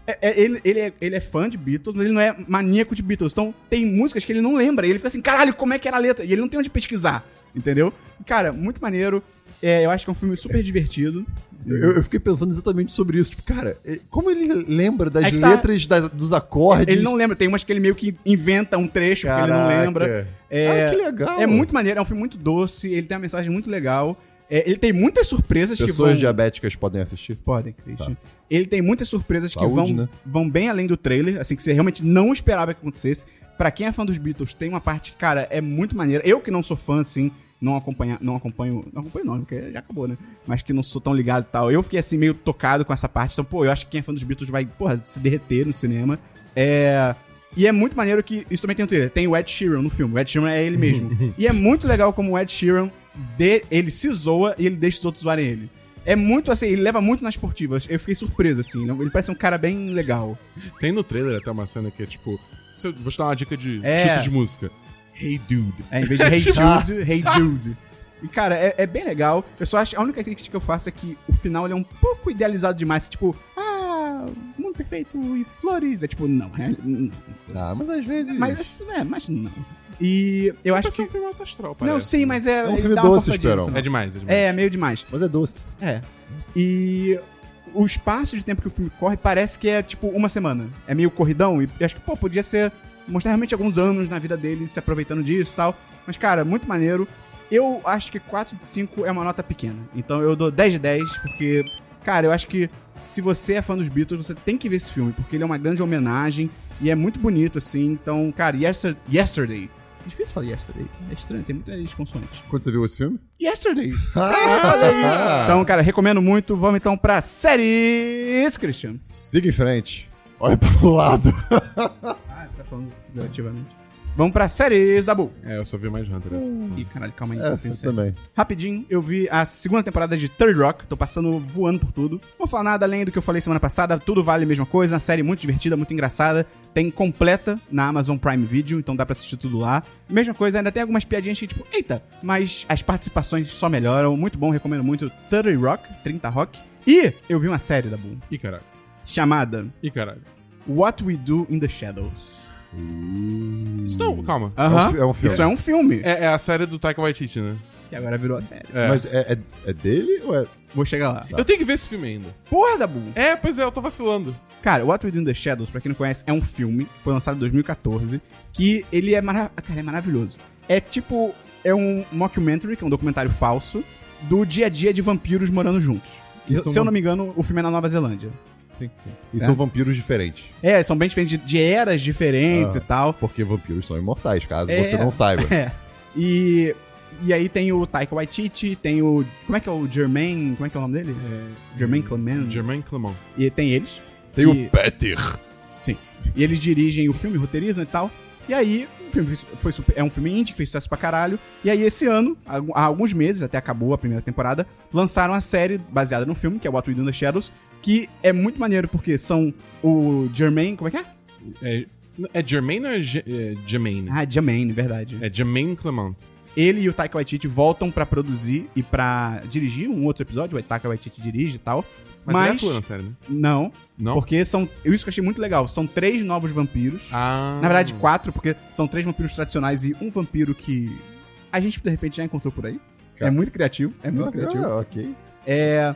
[SPEAKER 1] é- é- ele, ele, é, ele é fã de Beatles, mas ele não é maníaco de Beatles. Então tem músicas que ele não lembra. E ele fica assim, caralho, como é que era a letra? E ele não tem onde pesquisar, entendeu? Cara, muito maneiro. É, eu acho que é um filme super divertido.
[SPEAKER 2] Eu, eu fiquei pensando exatamente sobre isso. Tipo, cara, eh, como ele lembra das
[SPEAKER 1] É que tá-
[SPEAKER 2] letras das- dos acordes?
[SPEAKER 1] Ele não lembra, tem umas que ele meio que inventa um trecho que ele não
[SPEAKER 2] Caraca.
[SPEAKER 1] lembra.
[SPEAKER 2] Ah,
[SPEAKER 1] É,
[SPEAKER 2] que legal.
[SPEAKER 1] é muito maneiro, é um filme muito doce, ele tem uma mensagem muito legal. É, ele tem muitas surpresas que
[SPEAKER 2] Pessoas
[SPEAKER 1] vão...
[SPEAKER 2] diabéticas podem assistir.
[SPEAKER 1] Podem, Christian. Ele tem muitas surpresas que
[SPEAKER 2] Tá. Saúde,
[SPEAKER 1] vão,
[SPEAKER 2] né?
[SPEAKER 1] vão bem além do trailer, assim, que você realmente não esperava que acontecesse. Pra quem é fã dos Beatles, tem uma parte que, cara, é muito maneira. Eu que não sou fã, assim, não acompanha, não acompanho. Não acompanho não, porque já acabou, né? Mas que não sou tão ligado e tal. Eu fiquei assim, meio tocado com essa parte. Então, pô, eu acho que quem é fã dos Beatles vai, porra, se derreter no cinema. É. E é muito maneiro que isso também tem no trailer. Tem o Ed Sheeran no filme. O Ed Sheeran é ele mesmo. e é muito legal como o Ed Sheeran de- ele se zoa e ele deixa os outros zoarem ele. É muito assim, ele leva muito nas esportivas. Eu fiquei surpreso, assim. não- Ele parece um cara bem legal.
[SPEAKER 3] Tem no traiailer até uma cena que é tipo. se eu- Vou te dar uma dica de
[SPEAKER 1] É.
[SPEAKER 3] título de música. Hey Dude.
[SPEAKER 1] É, em vez de Hey Jude, Hey Jude. E, cara, é, é bem legal. Eu só acho. A única crítica que eu faço é que o final ele é um pouco idealizado demais. Tipo, ah, mundo perfeito e flores. É tipo, não, é, não.
[SPEAKER 2] Ah, mas às vezes.
[SPEAKER 1] Mas, assim, né, mas não. E eu acho
[SPEAKER 3] Parece
[SPEAKER 1] que.
[SPEAKER 3] um filme alto astral,
[SPEAKER 1] Não,
[SPEAKER 3] parece. né?
[SPEAKER 1] sim, mas é.
[SPEAKER 2] É um
[SPEAKER 1] ele
[SPEAKER 2] filme
[SPEAKER 1] dá uma
[SPEAKER 2] doce,
[SPEAKER 1] forçadinha no
[SPEAKER 2] Esperão.
[SPEAKER 3] É demais, é demais.
[SPEAKER 1] É, meio demais.
[SPEAKER 2] Mas é doce.
[SPEAKER 1] É. E o espaço de tempo que o filme corre parece que é tipo uma semana. É meio corridão e eu acho que, pô, podia ser mostrar realmente alguns anos na vida dele se aproveitando disso e tal. Mas, cara, muito maneiro. Eu acho que 4 de 5 é uma nota pequena. Então eu dou 10 de 10, porque, cara, eu acho que se você é fã dos Beatles, você tem que ver esse filme, porque ele é uma grande homenagem e é muito bonito, assim. Então, cara, Yester- Yesterday Difícil falar yesterday. É estranho, tem muitas consoantes.
[SPEAKER 2] Quando você viu esse filme?
[SPEAKER 1] Yesterday.
[SPEAKER 2] Ah,
[SPEAKER 1] Então, cara, recomendo muito. Vamos então pra séries, Christian.
[SPEAKER 2] Siga em frente. Olha pro lado.
[SPEAKER 1] Ah, você tá falando relativamente. Vamos pra séries, Dabu.
[SPEAKER 3] É, eu só vi mais Hunter essa sessão.
[SPEAKER 1] Ih, caralho, calma aí.
[SPEAKER 2] É,
[SPEAKER 1] eu tenho
[SPEAKER 2] eu
[SPEAKER 1] série.
[SPEAKER 2] também.
[SPEAKER 1] Rapidinho, eu vi a segunda temporada de Third Rock. Tô passando voando por tudo. Não vou falar nada além do que eu falei semana passada. Tudo vale a mesma coisa. Uma série é muito divertida, muito engraçada. Tem completa na Amazon Prime Video, então dá pra assistir tudo lá. Mesma coisa, ainda tem algumas piadinhas que, tipo, eita, mas as participações só melhoram. Muito bom, recomendo muito. Third Rock, 30 Rock. E eu vi uma série da Boom
[SPEAKER 3] Ih, caralho.
[SPEAKER 1] chamada
[SPEAKER 3] Ih, caralho.
[SPEAKER 1] What We Do in the Shadows.
[SPEAKER 3] Isso
[SPEAKER 1] Hum.
[SPEAKER 3] não, calma.
[SPEAKER 2] Aham. É um fi- é um filme.
[SPEAKER 1] Isso é um filme.
[SPEAKER 3] É, é a série do Taika Waititi, né?
[SPEAKER 1] E agora virou a série.
[SPEAKER 3] É.
[SPEAKER 2] Mas é, é- é dele ou é.
[SPEAKER 1] Vou chegar lá.
[SPEAKER 3] Eu tenho que ver esse filme ainda.
[SPEAKER 1] Porra, Dabu!
[SPEAKER 3] É, pois é, eu tô vacilando.
[SPEAKER 1] Cara, What We Do in the Shadows, pra quem não conhece, é um filme, foi lançado em 2014, que ele é, mara cara, é maravilhoso. É tipo, é um mockumentary, que é um documentário falso, do dia a dia de vampiros morando juntos.
[SPEAKER 2] E
[SPEAKER 1] Se
[SPEAKER 2] são
[SPEAKER 1] eu não me engano, o filme é na Nova Zelândia.
[SPEAKER 2] E
[SPEAKER 1] É.
[SPEAKER 2] são vampiros diferentes.
[SPEAKER 1] É, são bem diferentes, de, de eras diferentes
[SPEAKER 2] Ah.
[SPEAKER 1] e tal.
[SPEAKER 2] Porque vampiros são imortais, caso
[SPEAKER 1] É.
[SPEAKER 2] você não saiba.
[SPEAKER 1] É. E, e aí tem o Taika Waititi, tem o... Como é que é o Jermaine... Como é que é o nome dele? É, Jermaine Clement.
[SPEAKER 3] Germain Clement.
[SPEAKER 1] e tem eles.
[SPEAKER 2] Tem
[SPEAKER 1] E-
[SPEAKER 2] o Peter.
[SPEAKER 1] Sim. E eles dirigem o filme, roteirizam e tal. E aí, o filme fez- foi super- é um filme indie que fez sucesso pra caralho. E aí, esse ano, algu- há alguns meses, até acabou a primeira temporada, lançaram a série baseada no filme, que é What We Do in the Shadows, que é muito maneiro, porque são o Jermaine... Como é que é?
[SPEAKER 3] É, é Germain ou é, Ge- é Germain?
[SPEAKER 1] Ah, Jermaine, verdade.
[SPEAKER 3] É Germain Clement.
[SPEAKER 1] ele e o Taika Waititi voltam pra produzir e pra dirigir um outro episódio. O Taika Waititi dirige e tal.
[SPEAKER 3] Mas,
[SPEAKER 1] Mas,
[SPEAKER 3] ele atua na série, né?
[SPEAKER 1] não,
[SPEAKER 3] Não?
[SPEAKER 1] porque são... Isso que eu achei muito legal. São três novos vampiros.
[SPEAKER 3] Ah.
[SPEAKER 1] Na verdade, quatro, porque são três vampiros tradicionais e um vampiro que a gente, de repente, já encontrou por aí. É
[SPEAKER 2] Cara.
[SPEAKER 1] muito criativo, é muito criativo.
[SPEAKER 2] Ah, ok.
[SPEAKER 1] É...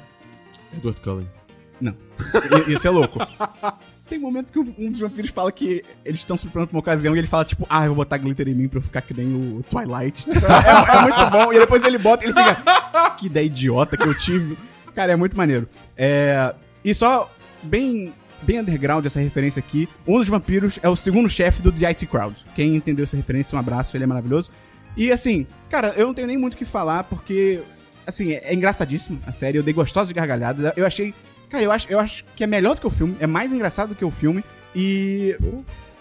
[SPEAKER 3] Edward Cullen.
[SPEAKER 1] i- Isso é louco. Tem momento que um dos vampiros fala que eles estão se preparando pra uma ocasião e ele fala, tipo, ah, eu vou botar glitter em mim pra eu ficar que nem o Twilight. Tipo, é, é muito bom. E depois ele bota e ele fica, que ideia idiota que eu tive. Cara, é muito maneiro. É... E só bem... Bem underground essa referência aqui. Um dos vampiros é o segundo chefe do The IT Crowd. Quem entendeu essa referência, um abraço, ele é maravilhoso. E assim, cara, eu não tenho nem muito o que falar, porque. Assim, é, é engraçadíssimo a série. Eu dei gostosas gargalhadas. Eu achei. Cara, eu acho, eu acho que é melhor do que o filme, é mais engraçado do que o filme. E.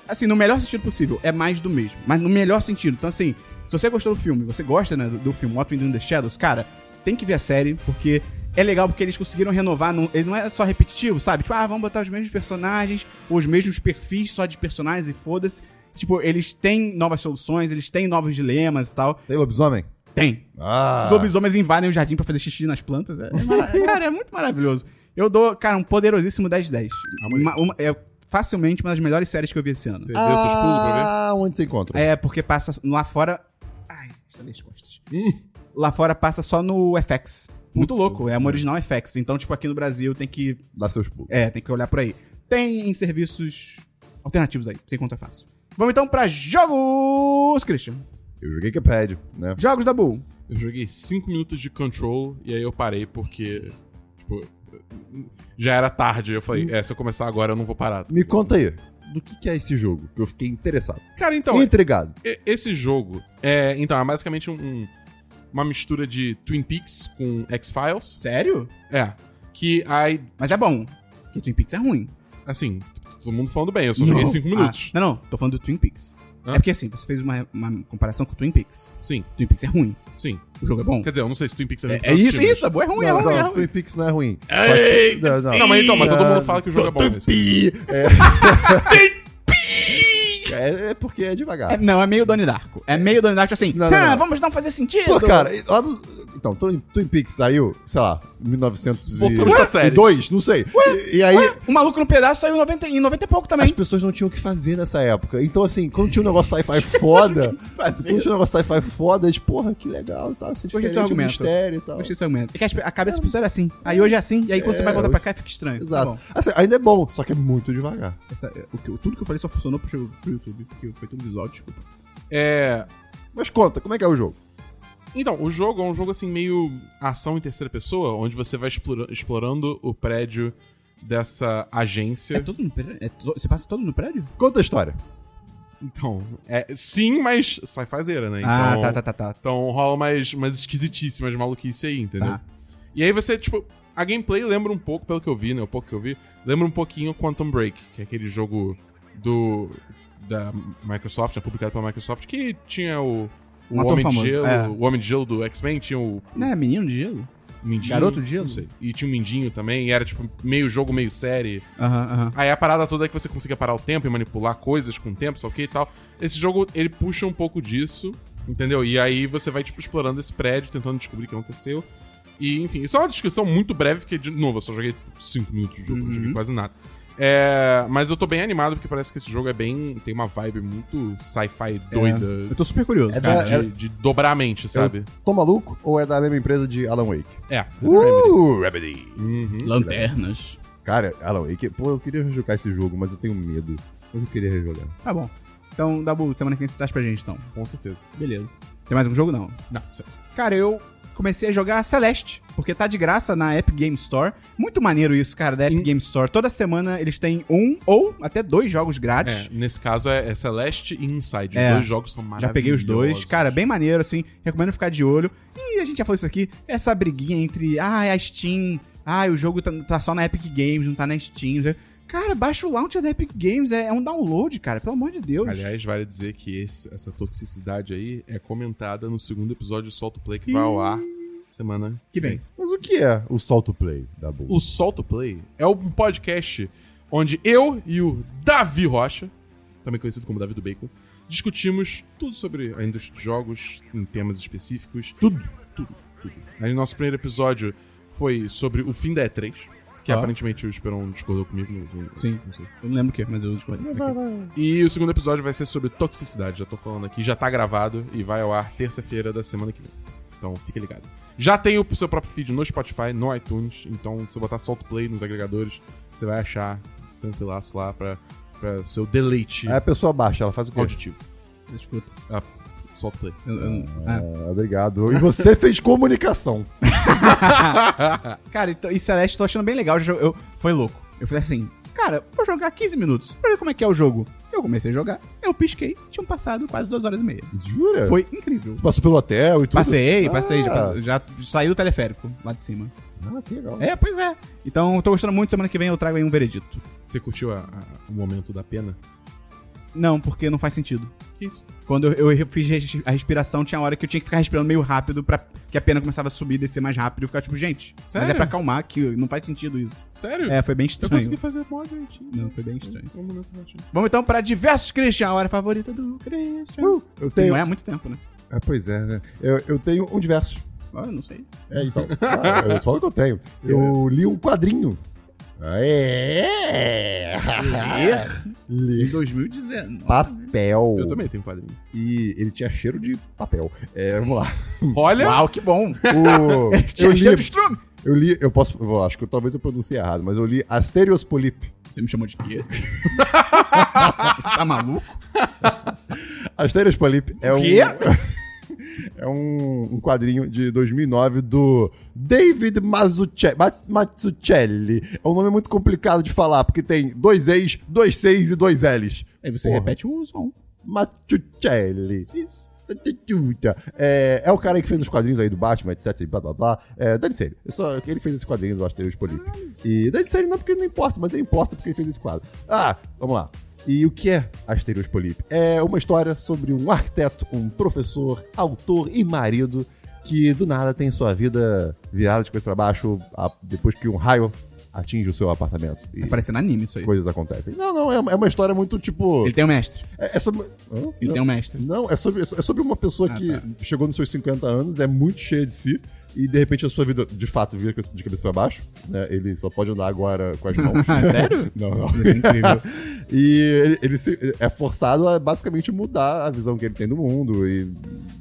[SPEAKER 1] Assim, no melhor sentido possível, é mais do mesmo. Mas no melhor sentido. Então, assim, se você gostou do filme, você gosta né, do, do filme What We Do in the Shadows, cara, tem que ver a série, porque é legal porque eles conseguiram renovar. Não, ele não é só repetitivo, sabe? Tipo, ah, vamos botar os mesmos personagens, ou os mesmos perfis só de personagens e foda-se. Tipo, eles têm novas soluções, eles têm novos dilemas e tal.
[SPEAKER 2] Tem lobisomem?
[SPEAKER 1] Tem.
[SPEAKER 2] Ah.
[SPEAKER 1] Os lobisomens invadem o jardim pra fazer xixi nas plantas. É, é mara- cara, é muito maravilhoso. Eu dou, cara, um poderosíssimo 10 10. Uma, uma- é facilmente uma das melhores séries que eu vi esse ano.
[SPEAKER 3] Você deu seus pulos pra
[SPEAKER 2] Ah, onde você encontra?
[SPEAKER 1] É, porque passa lá fora. Ai, estalei as costas.
[SPEAKER 3] ver? Hum.
[SPEAKER 1] Lá fora passa só no FX. Muito louco, é uma original FX. Então, tipo, aqui no Brasil tem que.
[SPEAKER 2] Dá seus pulos.
[SPEAKER 1] É, tem que olhar por aí. Tem em serviços alternativos aí, sem conta fácil. Vamos então pra jogos, Christian.
[SPEAKER 2] Eu joguei Capad, né?
[SPEAKER 1] Jogos da Bull.
[SPEAKER 3] Eu joguei 5 minutos de Control e aí eu parei porque, tipo, já era tarde. Eu falei, é, se eu começar agora eu não vou parar.
[SPEAKER 2] Me conta aí, do que, que é esse jogo? Que eu fiquei interessado.
[SPEAKER 3] Cara, então,
[SPEAKER 2] Intrigado.
[SPEAKER 3] e- esse jogo é, então, é basicamente um- um- uma mistura de Twin Peaks com X-Files.
[SPEAKER 1] Sério?
[SPEAKER 3] É, que aí,
[SPEAKER 1] Mas é bom. Porque Twin Peaks é ruim.
[SPEAKER 3] assim, todo mundo falando bem, eu só joguei
[SPEAKER 1] Não.
[SPEAKER 3] 5 minutos. Ah.
[SPEAKER 1] Ah, não, não, tô falando do Twin Peaks.
[SPEAKER 3] Hã?
[SPEAKER 1] É porque assim, você fez uma, uma comparação com o Twin Peaks.
[SPEAKER 3] Sim,
[SPEAKER 1] Twin Peaks é ruim,
[SPEAKER 3] sim.
[SPEAKER 1] o jogo é bom.
[SPEAKER 3] Quer dizer, eu não sei se Twin Peaks
[SPEAKER 1] É,
[SPEAKER 3] ruim,
[SPEAKER 1] é
[SPEAKER 3] porque eu
[SPEAKER 1] isso,
[SPEAKER 3] assisti,
[SPEAKER 1] é isso, é bom, é ruim, é
[SPEAKER 2] Não,
[SPEAKER 1] ruim. é
[SPEAKER 2] não,
[SPEAKER 1] ruim.
[SPEAKER 2] Twin Peaks não é ruim. Só
[SPEAKER 3] Ei,
[SPEAKER 2] que- não, não.
[SPEAKER 3] mas- Não, mas então, mas todo mundo fala que o jogo é bom. mas-
[SPEAKER 2] É, é porque é devagar.
[SPEAKER 1] É, não, é meio Donnie Darko. É meio Donnie Darko assim,
[SPEAKER 2] Não, não,
[SPEAKER 1] "Ah,
[SPEAKER 2] não.
[SPEAKER 1] vamos não fazer sentido.
[SPEAKER 2] Pô, cara, e lá do... Então, Twin, Twin Peaks saiu, sei lá, 1900
[SPEAKER 3] Voltamos pra série.
[SPEAKER 2] não sei. E, e aí,
[SPEAKER 1] O maluco no pedaço saiu em 90, e- em 90 e pouco também.
[SPEAKER 2] as pessoas não tinham o que fazer nessa época. Então, assim, quando tinha um negócio sci-fi foda, quando
[SPEAKER 1] fazer.
[SPEAKER 2] tinha um negócio sci-fi foda, eles, porra, que legal e tal, isso
[SPEAKER 1] Gostei desse
[SPEAKER 2] é diferente, um
[SPEAKER 1] argumento.
[SPEAKER 2] mistério e tal.
[SPEAKER 1] Gostei desse argumento. É que as pe- a cabeça das pessoas era assim. Aí hoje é assim, e aí quando você vai voltar pra cá fica estranho. Tá
[SPEAKER 2] Exato.
[SPEAKER 1] bom.
[SPEAKER 2] Assim, ainda é bom, só que é muito devagar.
[SPEAKER 1] Essa- é, o que- tudo que eu falei só funcionou pro, pro YouTube, porque foi tudo visual, desculpa.
[SPEAKER 3] É,
[SPEAKER 2] Mas conta, como é que é o jogo?
[SPEAKER 3] Então, o jogo é um jogo assim meio ação em terceira pessoa, onde você vai explora- explorando o prédio dessa
[SPEAKER 1] É
[SPEAKER 3] agência.
[SPEAKER 1] tudo no prédio? É tudo- você é passa todo no prédio?
[SPEAKER 2] Conta a história.
[SPEAKER 3] Então, é, sim, mas sai fazeira, né? Então,
[SPEAKER 1] ah, tá, tá, tá, tá.
[SPEAKER 3] Então rola mais, mais esquisitíssimas maluquice aí, entendeu?
[SPEAKER 1] Tá.
[SPEAKER 3] E aí você, tipo, a gameplay lembra um pouco, pelo que eu vi, né? O pouco que eu vi, lembra um pouquinho Quantum Break, que é aquele jogo do. da Microsoft, né, publicado pela Microsoft, que tinha o. O
[SPEAKER 1] Um ator
[SPEAKER 3] Homem de
[SPEAKER 1] famoso,
[SPEAKER 3] Gelo.
[SPEAKER 1] é.
[SPEAKER 3] O Homem de Gelo do X-Men tinha o.
[SPEAKER 1] Não era menino de gelo?
[SPEAKER 3] Mindinho,
[SPEAKER 1] Garoto de Gelo?
[SPEAKER 3] Não sei. E tinha o Mindinho também, e era tipo meio jogo, meio série.
[SPEAKER 1] Aham, aham.
[SPEAKER 3] Aí a parada toda é que você consiga parar o tempo e manipular coisas com o tempo, só que e tal. Esse jogo, ele puxa um pouco disso, entendeu? E aí você vai, tipo, explorando esse prédio, tentando descobrir o que aconteceu. E, enfim, isso é uma descrição muito breve, porque, de novo, eu só joguei 5 minutos de jogo, não
[SPEAKER 1] Uhum.
[SPEAKER 3] joguei quase nada. É, mas eu tô bem animado, porque parece que esse jogo é bem... Tem uma vibe muito
[SPEAKER 1] É.
[SPEAKER 3] sci-fi doida,
[SPEAKER 1] Eu tô super curioso,
[SPEAKER 2] É
[SPEAKER 1] cara.
[SPEAKER 2] da-
[SPEAKER 3] de, de dobrar a mente, sabe?
[SPEAKER 2] Tô maluco ou é da mesma empresa de Alan Wake?
[SPEAKER 3] É.
[SPEAKER 2] Uh, Remedy!
[SPEAKER 3] Uhum.
[SPEAKER 1] é- Lanternas.
[SPEAKER 2] Cara, Alan Wake, pô, eu queria rejogar esse jogo, mas eu tenho medo. Mas eu queria rejogar.
[SPEAKER 1] Tá bom. Então, Dabu, semana que vem você traz pra gente, então.
[SPEAKER 3] Com certeza.
[SPEAKER 1] Beleza. Tem mais um jogo? Não.
[SPEAKER 3] Não, certo.
[SPEAKER 1] Cara, eu comecei a jogar Celeste, porque tá de graça na Epic Game Store. Muito maneiro isso, cara, da Epic
[SPEAKER 3] Hum.
[SPEAKER 1] Game Store. Toda semana eles têm um ou até dois jogos grátis.
[SPEAKER 3] É, nesse caso é, é Celeste e Inside. Os
[SPEAKER 1] É.
[SPEAKER 3] dois jogos são maravilhosos.
[SPEAKER 1] Já peguei os dois. Cara, bem maneiro, assim. Recomendo ficar de olho. E a gente já falou isso aqui. Essa briguinha entre, ah, é a Steam. Ah, o jogo tá, tá só na Epic Games, não tá na Steam. Cara, baixa o launcher da Epic Games. É, é um download, cara. Pelo amor de Deus.
[SPEAKER 3] Aliás, vale dizer que esse- essa toxicidade aí é comentada no segundo episódio do Solto Play que vai ao ar semana
[SPEAKER 1] que bem.
[SPEAKER 2] Mas o que é o Solto Play da
[SPEAKER 3] O Solto Play é um podcast onde eu e o Davi Rocha, também conhecido como Davi do Bacon, discutimos tudo sobre a indústria de jogos, em temas específicos. Tudo, tudo, tudo. Aí nosso primeiro episódio foi sobre o fim da E3, que
[SPEAKER 1] Ah.
[SPEAKER 3] aparentemente o Esperon discordou comigo. não- não-
[SPEAKER 1] Sim.
[SPEAKER 3] não sei.
[SPEAKER 1] Eu não lembro o que, mas eu discordo.
[SPEAKER 3] E o segundo episódio vai ser sobre toxicidade. Já tô falando aqui, já tá gravado e vai ao ar terça-feira da semana que vem. Então fica ligado. Já tem o seu próprio feed no Spotify, no iTunes. Então, se você botar solto play nos agregadores, você vai achar tranquilaço lá pra, pra seu deleite
[SPEAKER 2] Aí a pessoa baixa, ela faz o quê?
[SPEAKER 3] auditivo.
[SPEAKER 1] Escuta.
[SPEAKER 3] Ah, solto play.
[SPEAKER 1] Eu- eu não- ah.
[SPEAKER 2] Ah, obrigado. E você fez comunicação.
[SPEAKER 1] Cara, então, e Celeste, tô achando bem legal. Eu, eu- foi louco. Eu falei assim, cara, vou jogar 15 minutos pra ver como é que é o jogo. Eu comecei a jogar, eu pisquei, tinham passado quase duas horas e meia.
[SPEAKER 2] Jura?
[SPEAKER 1] Foi incrível.
[SPEAKER 2] Você passou pelo hotel e tudo?
[SPEAKER 1] Passei, passei, já,
[SPEAKER 2] Ah.
[SPEAKER 1] passe- já saí do teleférico lá de cima.
[SPEAKER 2] Ah, que legal.
[SPEAKER 1] É, pois é. Então, tô gostando muito. Semana que vem eu trago aí um veredito.
[SPEAKER 3] Você curtiu a- a- o momento da pena?
[SPEAKER 1] Não, porque não faz sentido.
[SPEAKER 3] Que isso?
[SPEAKER 1] Quando eu, eu fiz res- a respiração, tinha hora que eu tinha que ficar respirando meio rápido pra que a pena começava a subir e descer mais rápido. Eu ficava tipo, gente, mas é
[SPEAKER 3] Sério?
[SPEAKER 1] pra acalmar que não faz sentido isso.
[SPEAKER 3] Sério?
[SPEAKER 1] É, foi bem
[SPEAKER 3] Eu
[SPEAKER 1] estranho.
[SPEAKER 3] consegui fazer mó direitinho.
[SPEAKER 1] Não, foi bem estranho.
[SPEAKER 3] Foi um momento bonitinho.
[SPEAKER 1] Vamos então pra diversos Christian, a hora favorita do Christian.
[SPEAKER 2] Uh, eu tenho.
[SPEAKER 1] Não é há muito tempo, né?
[SPEAKER 2] Ah, pois é, né? Eu, eu tenho um diverso.
[SPEAKER 1] Ah, eu não sei.
[SPEAKER 2] É, então. Ah, eu falo que eu tenho. Eu li um quadrinho. É.
[SPEAKER 1] Em
[SPEAKER 2] Ler
[SPEAKER 1] 2019.
[SPEAKER 2] papel.
[SPEAKER 3] Eu também tenho quadrinho.
[SPEAKER 2] E ele tinha cheiro de papel. É, vamos lá.
[SPEAKER 3] Olha!
[SPEAKER 1] Uau, que bom.
[SPEAKER 2] O- eu,
[SPEAKER 1] Eu
[SPEAKER 2] li,
[SPEAKER 1] cheio do Strum.
[SPEAKER 2] eu li, eu posso, eu acho que eu- talvez eu pronuncie errado, mas eu li Asterios Polyp.
[SPEAKER 1] Você me chamou de quê? Você tá maluco?
[SPEAKER 2] Asterios Polyp é
[SPEAKER 1] O
[SPEAKER 2] um
[SPEAKER 1] quê?
[SPEAKER 2] é um, um quadrinho de 2009 do David Mazzucce- Ma- Mazzucchelli. É um nome muito complicado de falar, porque tem dois E's, dois C's e dois L's.
[SPEAKER 1] Aí você
[SPEAKER 2] Porra.
[SPEAKER 1] repete o som.
[SPEAKER 2] Mazzucchelli.
[SPEAKER 1] Isso.
[SPEAKER 2] É, é o cara aí que fez os quadrinhos aí do Batman, etc, e blá blá blá. É, dane sério. Só, ele fez esse quadrinho do Asteroide Polip. E dane sério não porque não importa, mas ele importa porque ele fez esse quadro. Ah, vamos lá. E o que é Asteroide Polip? É uma história sobre um arquiteto, um professor, autor e marido que do nada tem sua vida virada de coisa pra baixo a- depois que um raio atinge o seu apartamento. E
[SPEAKER 1] Tá parecendo anime isso aí.
[SPEAKER 2] coisas acontecem. Não, não, é, uma- é uma história muito tipo.
[SPEAKER 1] Ele tem um mestre.
[SPEAKER 2] É, é sobre. Hã?
[SPEAKER 1] Ele tem um mestre.
[SPEAKER 2] Não, é sobre, é sobre uma pessoa que chegou nos seus 50 anos, é muito cheia de si, e de repente a sua vida, de fato, vira de cabeça pra baixo. Né? Ele só pode andar agora com as mãos.
[SPEAKER 1] Sério?
[SPEAKER 2] Não, não.
[SPEAKER 1] Isso é incrível.
[SPEAKER 2] E ele, ele se- é forçado a basicamente mudar a visão que ele tem do mundo e,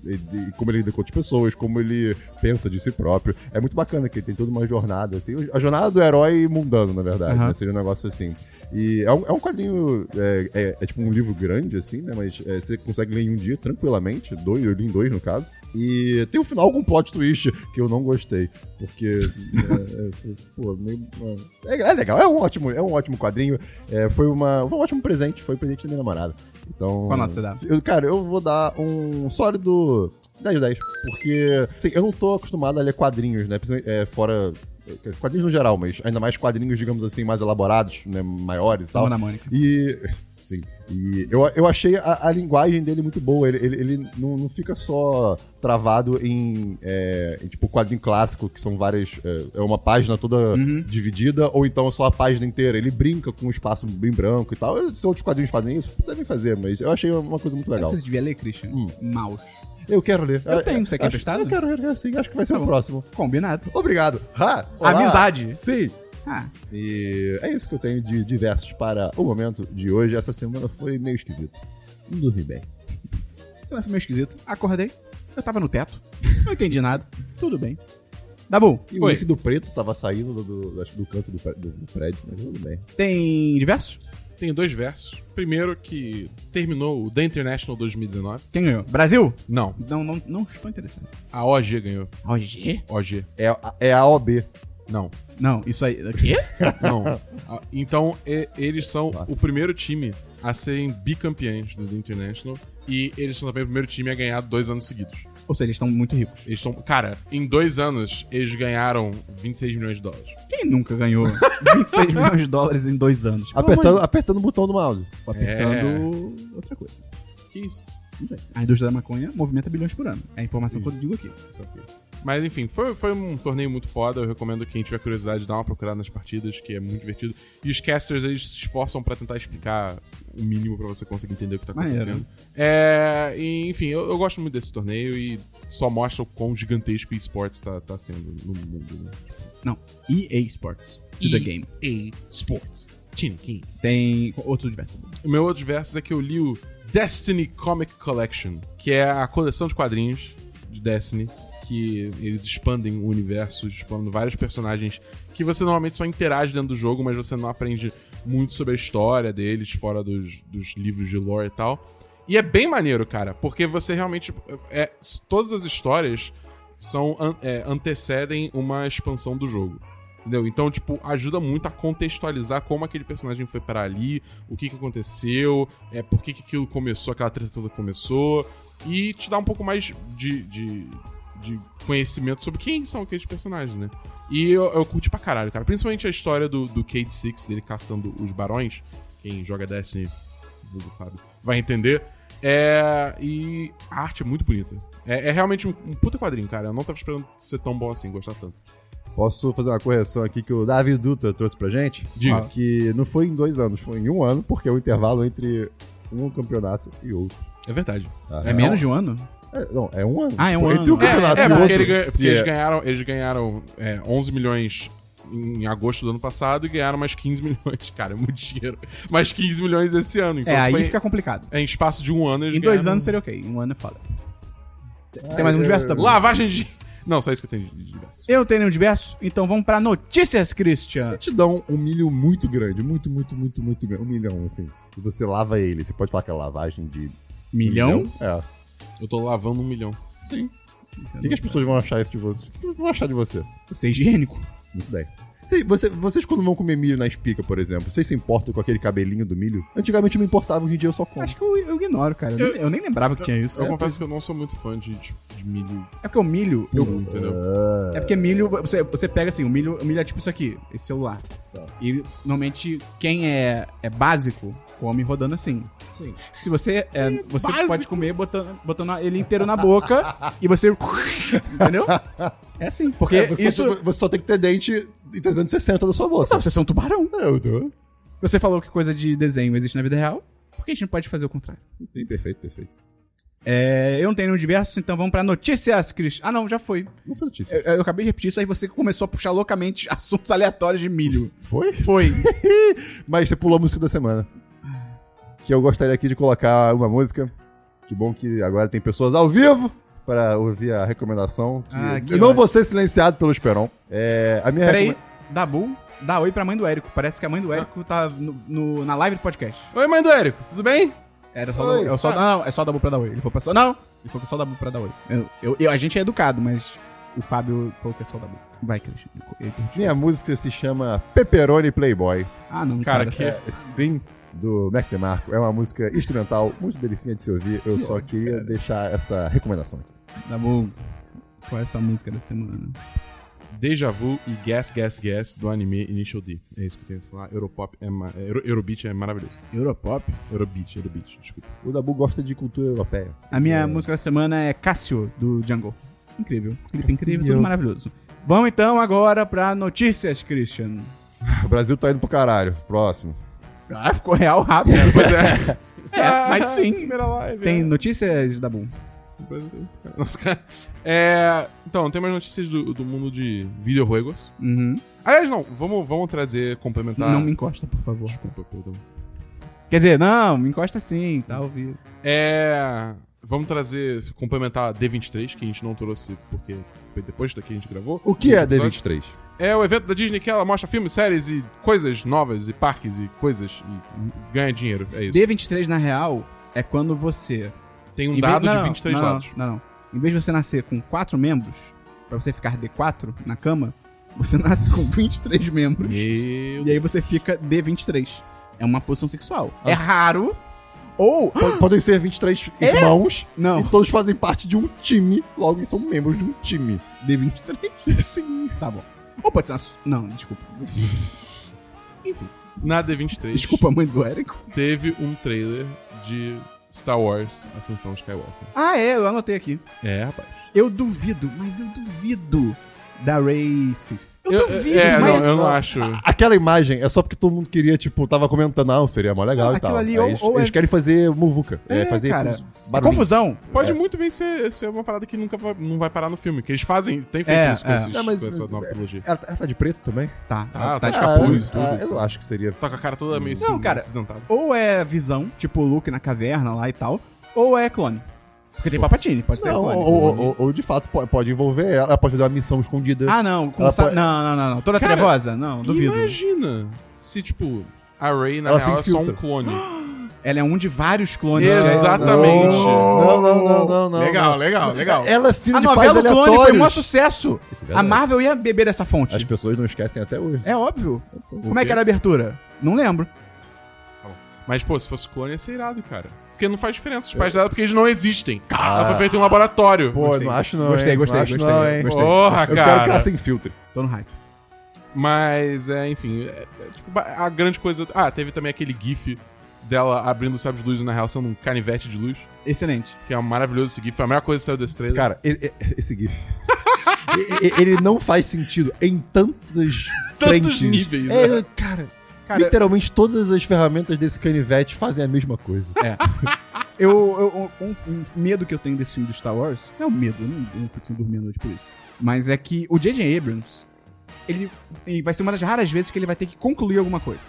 [SPEAKER 2] e- e como ele lida com outras pessoas, como ele pensa de si próprio. É muito bacana que ele tem toda uma jornada, assim. A jornada do herói mundano, na verdade.
[SPEAKER 1] Aham.
[SPEAKER 2] né? Seria um negócio assim. E é um, é um quadrinho. É, é- é tipo um livro grande, assim, né? Mas é, você consegue ler em um dia tranquilamente. Dois, eu li em dois, no caso. E tem um final com um plot twist que eu não gostei. Porque. é, é, foi, pô, meio- é, é legal, é um ótimo, é um ótimo quadrinho. É, foi, uma, foi um ótimo presente, foi um presente da minha namorada. Então,
[SPEAKER 1] Qual nota você dá?
[SPEAKER 2] Eu, cara, eu vou dar um sólido 10 de 10. Porque, assim, eu não tô acostumado a ler quadrinhos, né? Principalmente, É, fora. Quadrinhos no geral, mas ainda mais quadrinhos, digamos assim, mais elaborados, né? Maiores e tal.
[SPEAKER 1] Turma da Mônica.
[SPEAKER 2] E. Sim. E eu, eu achei a, a linguagem dele muito boa. Ele, ele, ele não, não fica só travado em, é, em, tipo quadrinho clássico, que são várias. É, é uma página toda
[SPEAKER 1] Uhum.
[SPEAKER 2] dividida, ou então é só a página inteira. Ele brinca com um espaço bem branco e tal. Se outros quadrinhos fazem isso, devem fazer, mas eu achei uma coisa muito
[SPEAKER 1] Sabe o
[SPEAKER 2] legal.
[SPEAKER 1] que você devia ler, Christian?
[SPEAKER 2] Hum.
[SPEAKER 1] Maus.
[SPEAKER 2] Eu quero ler.
[SPEAKER 1] Eu tenho, um você quer
[SPEAKER 2] acho-
[SPEAKER 1] emprestado?
[SPEAKER 2] Eu quero, eu quero, sim. Acho que vai ser o próximo.
[SPEAKER 1] Combinado.
[SPEAKER 2] Obrigado. Ha! Olá!
[SPEAKER 1] Amizade.
[SPEAKER 2] Sim.
[SPEAKER 1] Ah,
[SPEAKER 2] E é isso que eu tenho de diversos para o momento de hoje. Essa semana foi meio esquisito. Não dormi bem.
[SPEAKER 1] você vai é meio esquisito. Acordei, eu tava no teto, não entendi nada, tudo bem. Dabu,
[SPEAKER 2] E o
[SPEAKER 3] Oi.
[SPEAKER 2] líquido preto tava saindo do, do- acho que do canto do, pré- do- do prédio, mas tudo bem.
[SPEAKER 1] tem diversos?
[SPEAKER 3] Tenho dois versos. Primeiro que terminou o The International 2019.
[SPEAKER 1] Quem ganhou? Brasil?
[SPEAKER 3] Não,
[SPEAKER 1] Não, não, não estou interessado.
[SPEAKER 3] a OG ganhou.
[SPEAKER 1] OG?
[SPEAKER 3] OG.
[SPEAKER 2] É, a- é a OB.
[SPEAKER 3] Não,
[SPEAKER 1] Não, isso aí. O quê?
[SPEAKER 3] não. A- então, e- eles são o primeiro time a serem bicampeões do The International. E eles são também o primeiro time a ganhar dois anos seguidos.
[SPEAKER 1] Ou seja, eles estão muito ricos.
[SPEAKER 3] Eles são. Cara, em dois anos, eles ganharam 26 milhões de dólares.
[SPEAKER 1] Quem nunca ganhou 26 milhões de dólares em dois anos? Pelo
[SPEAKER 2] Apertando,
[SPEAKER 1] amor
[SPEAKER 2] apertando o botão do mouse.
[SPEAKER 1] de- apertando outra coisa.
[SPEAKER 3] Que isso?
[SPEAKER 1] Não sei. A indústria da maconha movimenta bilhões por ano. É a informação que eu digo aqui.
[SPEAKER 3] Isso aqui. Mas enfim, foi, foi um torneio muito foda. Eu recomendo quem tiver curiosidade dar uma procurada nas partidas, que é muito divertido. E os casters eles se esforçam pra tentar explicar o mínimo pra você conseguir entender o que tá
[SPEAKER 1] Maneiro.
[SPEAKER 3] acontecendo. É, e, enfim, eu, eu gosto muito desse torneio e só mostra o quão gigantesco o esportes tá, tá sendo no mundo. Né?
[SPEAKER 1] Não, EA Sports. To the game.
[SPEAKER 3] EA Sports. Team King.
[SPEAKER 1] Tem outro diverso.
[SPEAKER 3] O meu outro verso é que eu li o Destiny Comic Collection, que é a coleção de quadrinhos de Destiny, que eles expandem o universo, expandem vários personagens que você normalmente só interage dentro do jogo, mas você não aprende muito sobre a história deles, fora dos, dos livros de lore e tal. E é bem maneiro, cara, porque você realmente. É, todas as histórias são an- é, antecedem uma expansão do jogo. Entendeu? Então, tipo, ajuda muito a contextualizar como aquele personagem foi para ali, o que, que aconteceu, é, por que, que aquilo começou, aquela treta toda começou, e te dá um pouco mais de, de, de conhecimento sobre quem são aqueles personagens, né? E eu, eu curti pra caralho, cara. Principalmente a história do, do Cade Six, dele caçando os barões. Quem joga Destiny, vulgo Fábio, vai entender. É, e a arte é muito bonita. É, é realmente um, um puta quadrinho, cara. Eu não tava esperando ser tão bom assim, gostar tanto.
[SPEAKER 2] Posso fazer uma correção aqui que o Davi Dutra trouxe pra gente?
[SPEAKER 3] Diga.
[SPEAKER 2] Ah, Que não foi em dois anos, foi em um ano, porque é o intervalo entre um campeonato e outro.
[SPEAKER 3] É verdade.
[SPEAKER 2] Ah,
[SPEAKER 1] É menos de um ano?
[SPEAKER 2] É, não, é um ano.
[SPEAKER 1] Ah, é um
[SPEAKER 2] Entre
[SPEAKER 1] ano.
[SPEAKER 2] um campeonato
[SPEAKER 3] É,
[SPEAKER 2] e
[SPEAKER 3] porque,
[SPEAKER 2] outro.
[SPEAKER 3] ele ganha-
[SPEAKER 2] se
[SPEAKER 3] porque eles
[SPEAKER 2] é-
[SPEAKER 3] ganharam, eles ganharam é, 11 milhões em agosto do ano passado e ganharam mais 15 milhões. Cara, é muito dinheiro. Mais 15 milhões esse ano. Então,
[SPEAKER 1] é, aí
[SPEAKER 3] tipo,
[SPEAKER 1] fica complicado.
[SPEAKER 3] é em espaço de um ano. eles
[SPEAKER 1] Em dois
[SPEAKER 3] ganharam-
[SPEAKER 1] anos seria ok, em um ano é foda. Tem mais um diverso também?
[SPEAKER 3] Lavagem de. Não, só isso que eu tenho de de diverso.
[SPEAKER 1] Eu tenho um diverso, então vamos pra notícias, Christian.
[SPEAKER 2] Se te dão um milho muito grande, muito, muito, muito, muito grande, um milhão, assim, e você lava ele, você pode falar que é lavagem de
[SPEAKER 1] Milhão?
[SPEAKER 2] É.
[SPEAKER 3] Eu tô lavando um milhão.
[SPEAKER 2] O que, que as pessoas vão achar isso de você? O que, que vão achar de você?
[SPEAKER 1] Você é higiênico?
[SPEAKER 2] Muito bem. Sei, você- vocês, quando vão comer milho na espiga, por exemplo, vocês se importam com aquele cabelinho do milho? Antigamente eu me importava, hoje em dia eu só como.
[SPEAKER 1] Acho que eu, eu ignoro, cara. Eu, nem- eu nem lembrava que tinha isso.
[SPEAKER 3] Eu
[SPEAKER 1] É,
[SPEAKER 3] confesso que eu não sou muito fã de, de, de milho
[SPEAKER 1] é porque o milho.
[SPEAKER 3] puro,
[SPEAKER 1] eu-
[SPEAKER 3] entendeu?
[SPEAKER 1] é porque milho, você, você pega assim, o milho, o milho é tipo isso aqui, esse celular.
[SPEAKER 2] Tá.
[SPEAKER 1] E normalmente quem é, é básico come rodando assim.
[SPEAKER 3] Sim.
[SPEAKER 1] Se você é, você
[SPEAKER 3] básico.
[SPEAKER 1] pode comer botando, botando ele inteiro na boca e você. Entendeu? É assim. Porque
[SPEAKER 2] É, você,
[SPEAKER 1] isso.
[SPEAKER 2] só, você só tem que ter dente em 360 da sua bolsa.
[SPEAKER 1] Não, você é um tubarão.
[SPEAKER 2] Eu tô.
[SPEAKER 1] Você falou que coisa de desenho existe na vida real. Por que a gente não pode fazer o contrário?
[SPEAKER 2] Sim, perfeito, perfeito.
[SPEAKER 1] É, eu não tenho nenhum diverso, então vamos pra notícias, Cris. Ah, não, já foi.
[SPEAKER 2] Não foi notícia.
[SPEAKER 1] Eu, eu acabei de repetir isso, aí você começou a puxar loucamente assuntos aleatórios de milho.
[SPEAKER 2] Foi?
[SPEAKER 1] Foi.
[SPEAKER 2] Mas você pulou a música da semana. Que eu gostaria aqui de colocar uma música. Que bom que agora tem pessoas ao vivo para ouvir a recomendação. que-
[SPEAKER 1] Ah, que
[SPEAKER 2] eu não
[SPEAKER 1] ótimo.
[SPEAKER 2] vou ser silenciado pelo Esperon. É, a minha
[SPEAKER 1] Peraí,
[SPEAKER 2] recome-
[SPEAKER 1] Dabu, dá oi pra mãe do Érico. Parece que a mãe do Érico tá no- no- na live do podcast.
[SPEAKER 3] Oi, mãe do Érico, tudo bem?
[SPEAKER 1] Era só,
[SPEAKER 2] Oi,
[SPEAKER 1] dar- eu só
[SPEAKER 3] sabe?
[SPEAKER 1] não, é só Dabu pra dar oi. Ele foi pra só. Não! Ele foi pra só Dabu pra dar oi. Eu, eu- eu- a gente é educado, mas O Fábio falou que é só da boca. Vai, Christian. eu- eu interrompi.
[SPEAKER 2] Minha música se chama Pepperoni Playboy.
[SPEAKER 1] Ah, não,
[SPEAKER 3] Cara,
[SPEAKER 1] cara.
[SPEAKER 3] que-
[SPEAKER 2] É, sim, do Mac DeMarco. É uma música instrumental, muito delicinha de se ouvir. Eu só queria deixar essa recomendação aqui.
[SPEAKER 1] Tá bom. Qual é a sua música da semana?
[SPEAKER 3] Deja Vu e Gas Gas Gas do anime Initial D. É isso que eu tenho que falar. Europop é, ma- é, Euro- Eurobeat é maravilhoso.
[SPEAKER 1] Europop.
[SPEAKER 3] Eurobeat, Eurobeat, desculpa.
[SPEAKER 2] O Dabu gosta de cultura europeia.
[SPEAKER 1] A minha música da semana é Cássio, do Django. Incrível. Clipe incrível,
[SPEAKER 2] Cássio.
[SPEAKER 1] tudo maravilhoso. Vamos então agora pra notícias, Christian.
[SPEAKER 2] O Brasil tá indo pro caralho. Próximo.
[SPEAKER 1] Ah, ficou real rápido.
[SPEAKER 3] Pois é.
[SPEAKER 1] É, mas sim.
[SPEAKER 3] Primeira live. é.
[SPEAKER 1] Tem notícias, Dabu?
[SPEAKER 3] Nossa, cara. É, então, tem mais notícias do, do mundo de videojuegos.
[SPEAKER 1] Uhum.
[SPEAKER 3] Aliás, não, vamos, vamos trazer, complementar.
[SPEAKER 1] Não me encosta, por favor.
[SPEAKER 3] Desculpa, perdão.
[SPEAKER 1] Quer dizer, não, me encosta sim, tá ouvindo.
[SPEAKER 3] É. Vamos trazer, complementar a D23, que a gente não trouxe porque foi depois daqui que a gente gravou.
[SPEAKER 2] O que é
[SPEAKER 3] Episódio.
[SPEAKER 2] D23?
[SPEAKER 3] É o evento da Disney que ela mostra filmes, séries e coisas novas, e parques e coisas, e ganha dinheiro. É isso.
[SPEAKER 1] D23, na real, é quando você
[SPEAKER 3] Tem
[SPEAKER 1] Em
[SPEAKER 3] um
[SPEAKER 1] vez-
[SPEAKER 3] dado
[SPEAKER 1] não,
[SPEAKER 3] de
[SPEAKER 1] não,
[SPEAKER 3] 23
[SPEAKER 1] não, não,
[SPEAKER 3] lados.
[SPEAKER 1] Não, não. Em vez de você nascer com 4 membros, pra você ficar D4 na cama, você nasce com 23 membros.
[SPEAKER 3] Meu
[SPEAKER 1] E aí você fica D23. É uma posição sexual.
[SPEAKER 3] Ah.
[SPEAKER 1] É raro. Ou.
[SPEAKER 2] Po- Podem ser 23 irmãos
[SPEAKER 1] Não.
[SPEAKER 2] e todos fazem parte de um time. Logo, eles são membros de um time.
[SPEAKER 1] D23? Sim. Tá bom. Ou pode ser uma. su- Não, desculpa.
[SPEAKER 3] Na D23
[SPEAKER 1] Desculpa, mãe do Érico.
[SPEAKER 3] teve um trailer de Star Wars Ascensão Skywalker.
[SPEAKER 1] Ah, é, eu anotei aqui.
[SPEAKER 3] É, rapaz.
[SPEAKER 1] Eu duvido, mas eu duvido da Ray Sif. Eu, duvido,
[SPEAKER 3] É,
[SPEAKER 1] mas.
[SPEAKER 3] não, eu não
[SPEAKER 2] não.
[SPEAKER 3] acho.
[SPEAKER 2] Aquela imagem é só porque todo mundo queria, tipo, tava comentando, não, seria mó legal
[SPEAKER 1] Não,
[SPEAKER 2] e tal.
[SPEAKER 1] aquilo ali
[SPEAKER 2] Aí
[SPEAKER 1] ou-
[SPEAKER 2] eles,
[SPEAKER 1] ou é-
[SPEAKER 2] eles querem fazer muvuca. É,
[SPEAKER 1] É,
[SPEAKER 2] fazer
[SPEAKER 1] cara.
[SPEAKER 2] fuz-
[SPEAKER 1] É
[SPEAKER 2] barulhinho.
[SPEAKER 1] confusão.
[SPEAKER 3] Pode
[SPEAKER 2] É.
[SPEAKER 3] muito bem ser, ser uma parada que nunca vai, não vai parar no filme, que eles fazem, tem feito
[SPEAKER 1] É,
[SPEAKER 3] isso com,
[SPEAKER 1] é.
[SPEAKER 3] esses-
[SPEAKER 2] É, mas-
[SPEAKER 3] com essa nova trilogia.
[SPEAKER 2] Ela, ela tá de preto também?
[SPEAKER 1] Tá,
[SPEAKER 3] Ah,
[SPEAKER 1] tá de
[SPEAKER 3] tá.
[SPEAKER 1] capuz.
[SPEAKER 3] e
[SPEAKER 2] ah, ah,
[SPEAKER 3] tudo.
[SPEAKER 2] eu não acho que seria.
[SPEAKER 3] Tá com a cara toda meio
[SPEAKER 1] Não,
[SPEAKER 3] assim,
[SPEAKER 1] cara.
[SPEAKER 3] acinzentada.
[SPEAKER 1] ou é visão, tipo o Luke na caverna lá e tal, ou é clone. Porque tem Papatini, pode ser
[SPEAKER 2] Não,
[SPEAKER 1] clone.
[SPEAKER 2] ou, ou- ou- ou de fato po- pode, envolver ela, ela pode fazer uma missão escondida.
[SPEAKER 1] Ah, não, com
[SPEAKER 2] Ela
[SPEAKER 1] sa-
[SPEAKER 2] pode-
[SPEAKER 1] não, não, não, não. Toda
[SPEAKER 3] Cara,
[SPEAKER 1] trevosa? Não, duvido.
[SPEAKER 3] Imagina se, tipo, a Rey, na
[SPEAKER 2] Ela se
[SPEAKER 3] real, é só um
[SPEAKER 2] infiltra.
[SPEAKER 3] clone.
[SPEAKER 1] Ela é um de vários clones. né?
[SPEAKER 3] Não, Exatamente.
[SPEAKER 2] Não, não, não, não, não. não.
[SPEAKER 3] legal,
[SPEAKER 2] Ela é filha
[SPEAKER 1] A
[SPEAKER 2] Oh. de pais
[SPEAKER 1] novela do clone foi um maior
[SPEAKER 2] aleatórios.
[SPEAKER 1] sucesso.
[SPEAKER 2] Isso é
[SPEAKER 1] A
[SPEAKER 2] verdade.
[SPEAKER 1] Marvel ia beber dessa fonte.
[SPEAKER 2] As pessoas não esquecem até hoje.
[SPEAKER 1] É óbvio.
[SPEAKER 2] Eu sei.
[SPEAKER 1] Como é que era a abertura? Não lembro.
[SPEAKER 3] Mas, pô, se fosse clone ia ser irado, cara. Porque não faz diferença os pais dela, porque eles não existem. Ela foi feita em um laboratório.
[SPEAKER 2] Pô,
[SPEAKER 1] Gostei.
[SPEAKER 2] não acho não.
[SPEAKER 1] Gostei,
[SPEAKER 2] hein?
[SPEAKER 1] gostei,
[SPEAKER 2] não acho
[SPEAKER 1] gostei,
[SPEAKER 2] não, hein?
[SPEAKER 1] gostei.
[SPEAKER 3] Porra,
[SPEAKER 2] Eu
[SPEAKER 3] cara.
[SPEAKER 2] quero que ela se infiltre.
[SPEAKER 1] Tô no hype.
[SPEAKER 3] Mas, é, enfim, é, é, tipo, ba- a grande coisa... Ah, teve também aquele gif dela abrindo o sábio de luz e, na real, sendo um canivete de luz.
[SPEAKER 1] Excelente.
[SPEAKER 3] Que é um maravilhoso esse gif. Foi a melhor coisa que saiu desse trailer.
[SPEAKER 2] Cara, e- e- esse GIF. E- e- Ele não faz sentido em tantas
[SPEAKER 3] Tantos
[SPEAKER 2] frentes.
[SPEAKER 3] níveis,
[SPEAKER 2] É, cara,
[SPEAKER 1] né? Cara,
[SPEAKER 2] literalmente todas as ferramentas desse canivete fazem a mesma coisa.
[SPEAKER 1] eu, eu- um, um medo que eu tenho desse filme do Star Wars, não é um medo, eu não, eu não fico sem dormir à noite por isso. Mas é que o J.J. Abrams, ele, e vai ser uma das raras vezes que ele vai ter que concluir alguma coisa.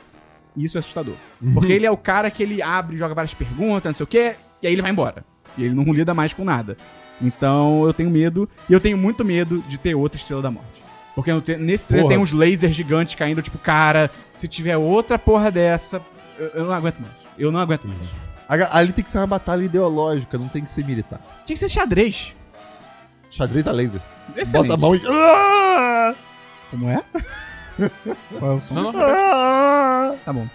[SPEAKER 1] E isso é assustador. Porque ele é o cara que ele abre, joga várias perguntas, não sei o quê, e aí ele vai embora. E ele não lida mais com nada. Então eu tenho medo, e eu tenho muito medo de ter outra Estrela da Morte. Porque eu te- nesse trailer
[SPEAKER 2] Porra.
[SPEAKER 1] tem uns lasers gigantes caindo, tipo, cara, se tiver outra porra dessa, eu, eu não aguento mais. Eu não aguento mais.
[SPEAKER 2] A- Ali tem que ser uma batalha ideológica, não tem que ser militar.
[SPEAKER 1] Tinha que ser xadrez.
[SPEAKER 2] Xadrez a laser.
[SPEAKER 1] Excelente.
[SPEAKER 2] Bota a mão e.
[SPEAKER 1] Como é? Qual é o som?
[SPEAKER 3] Não, não,
[SPEAKER 1] Tá bom.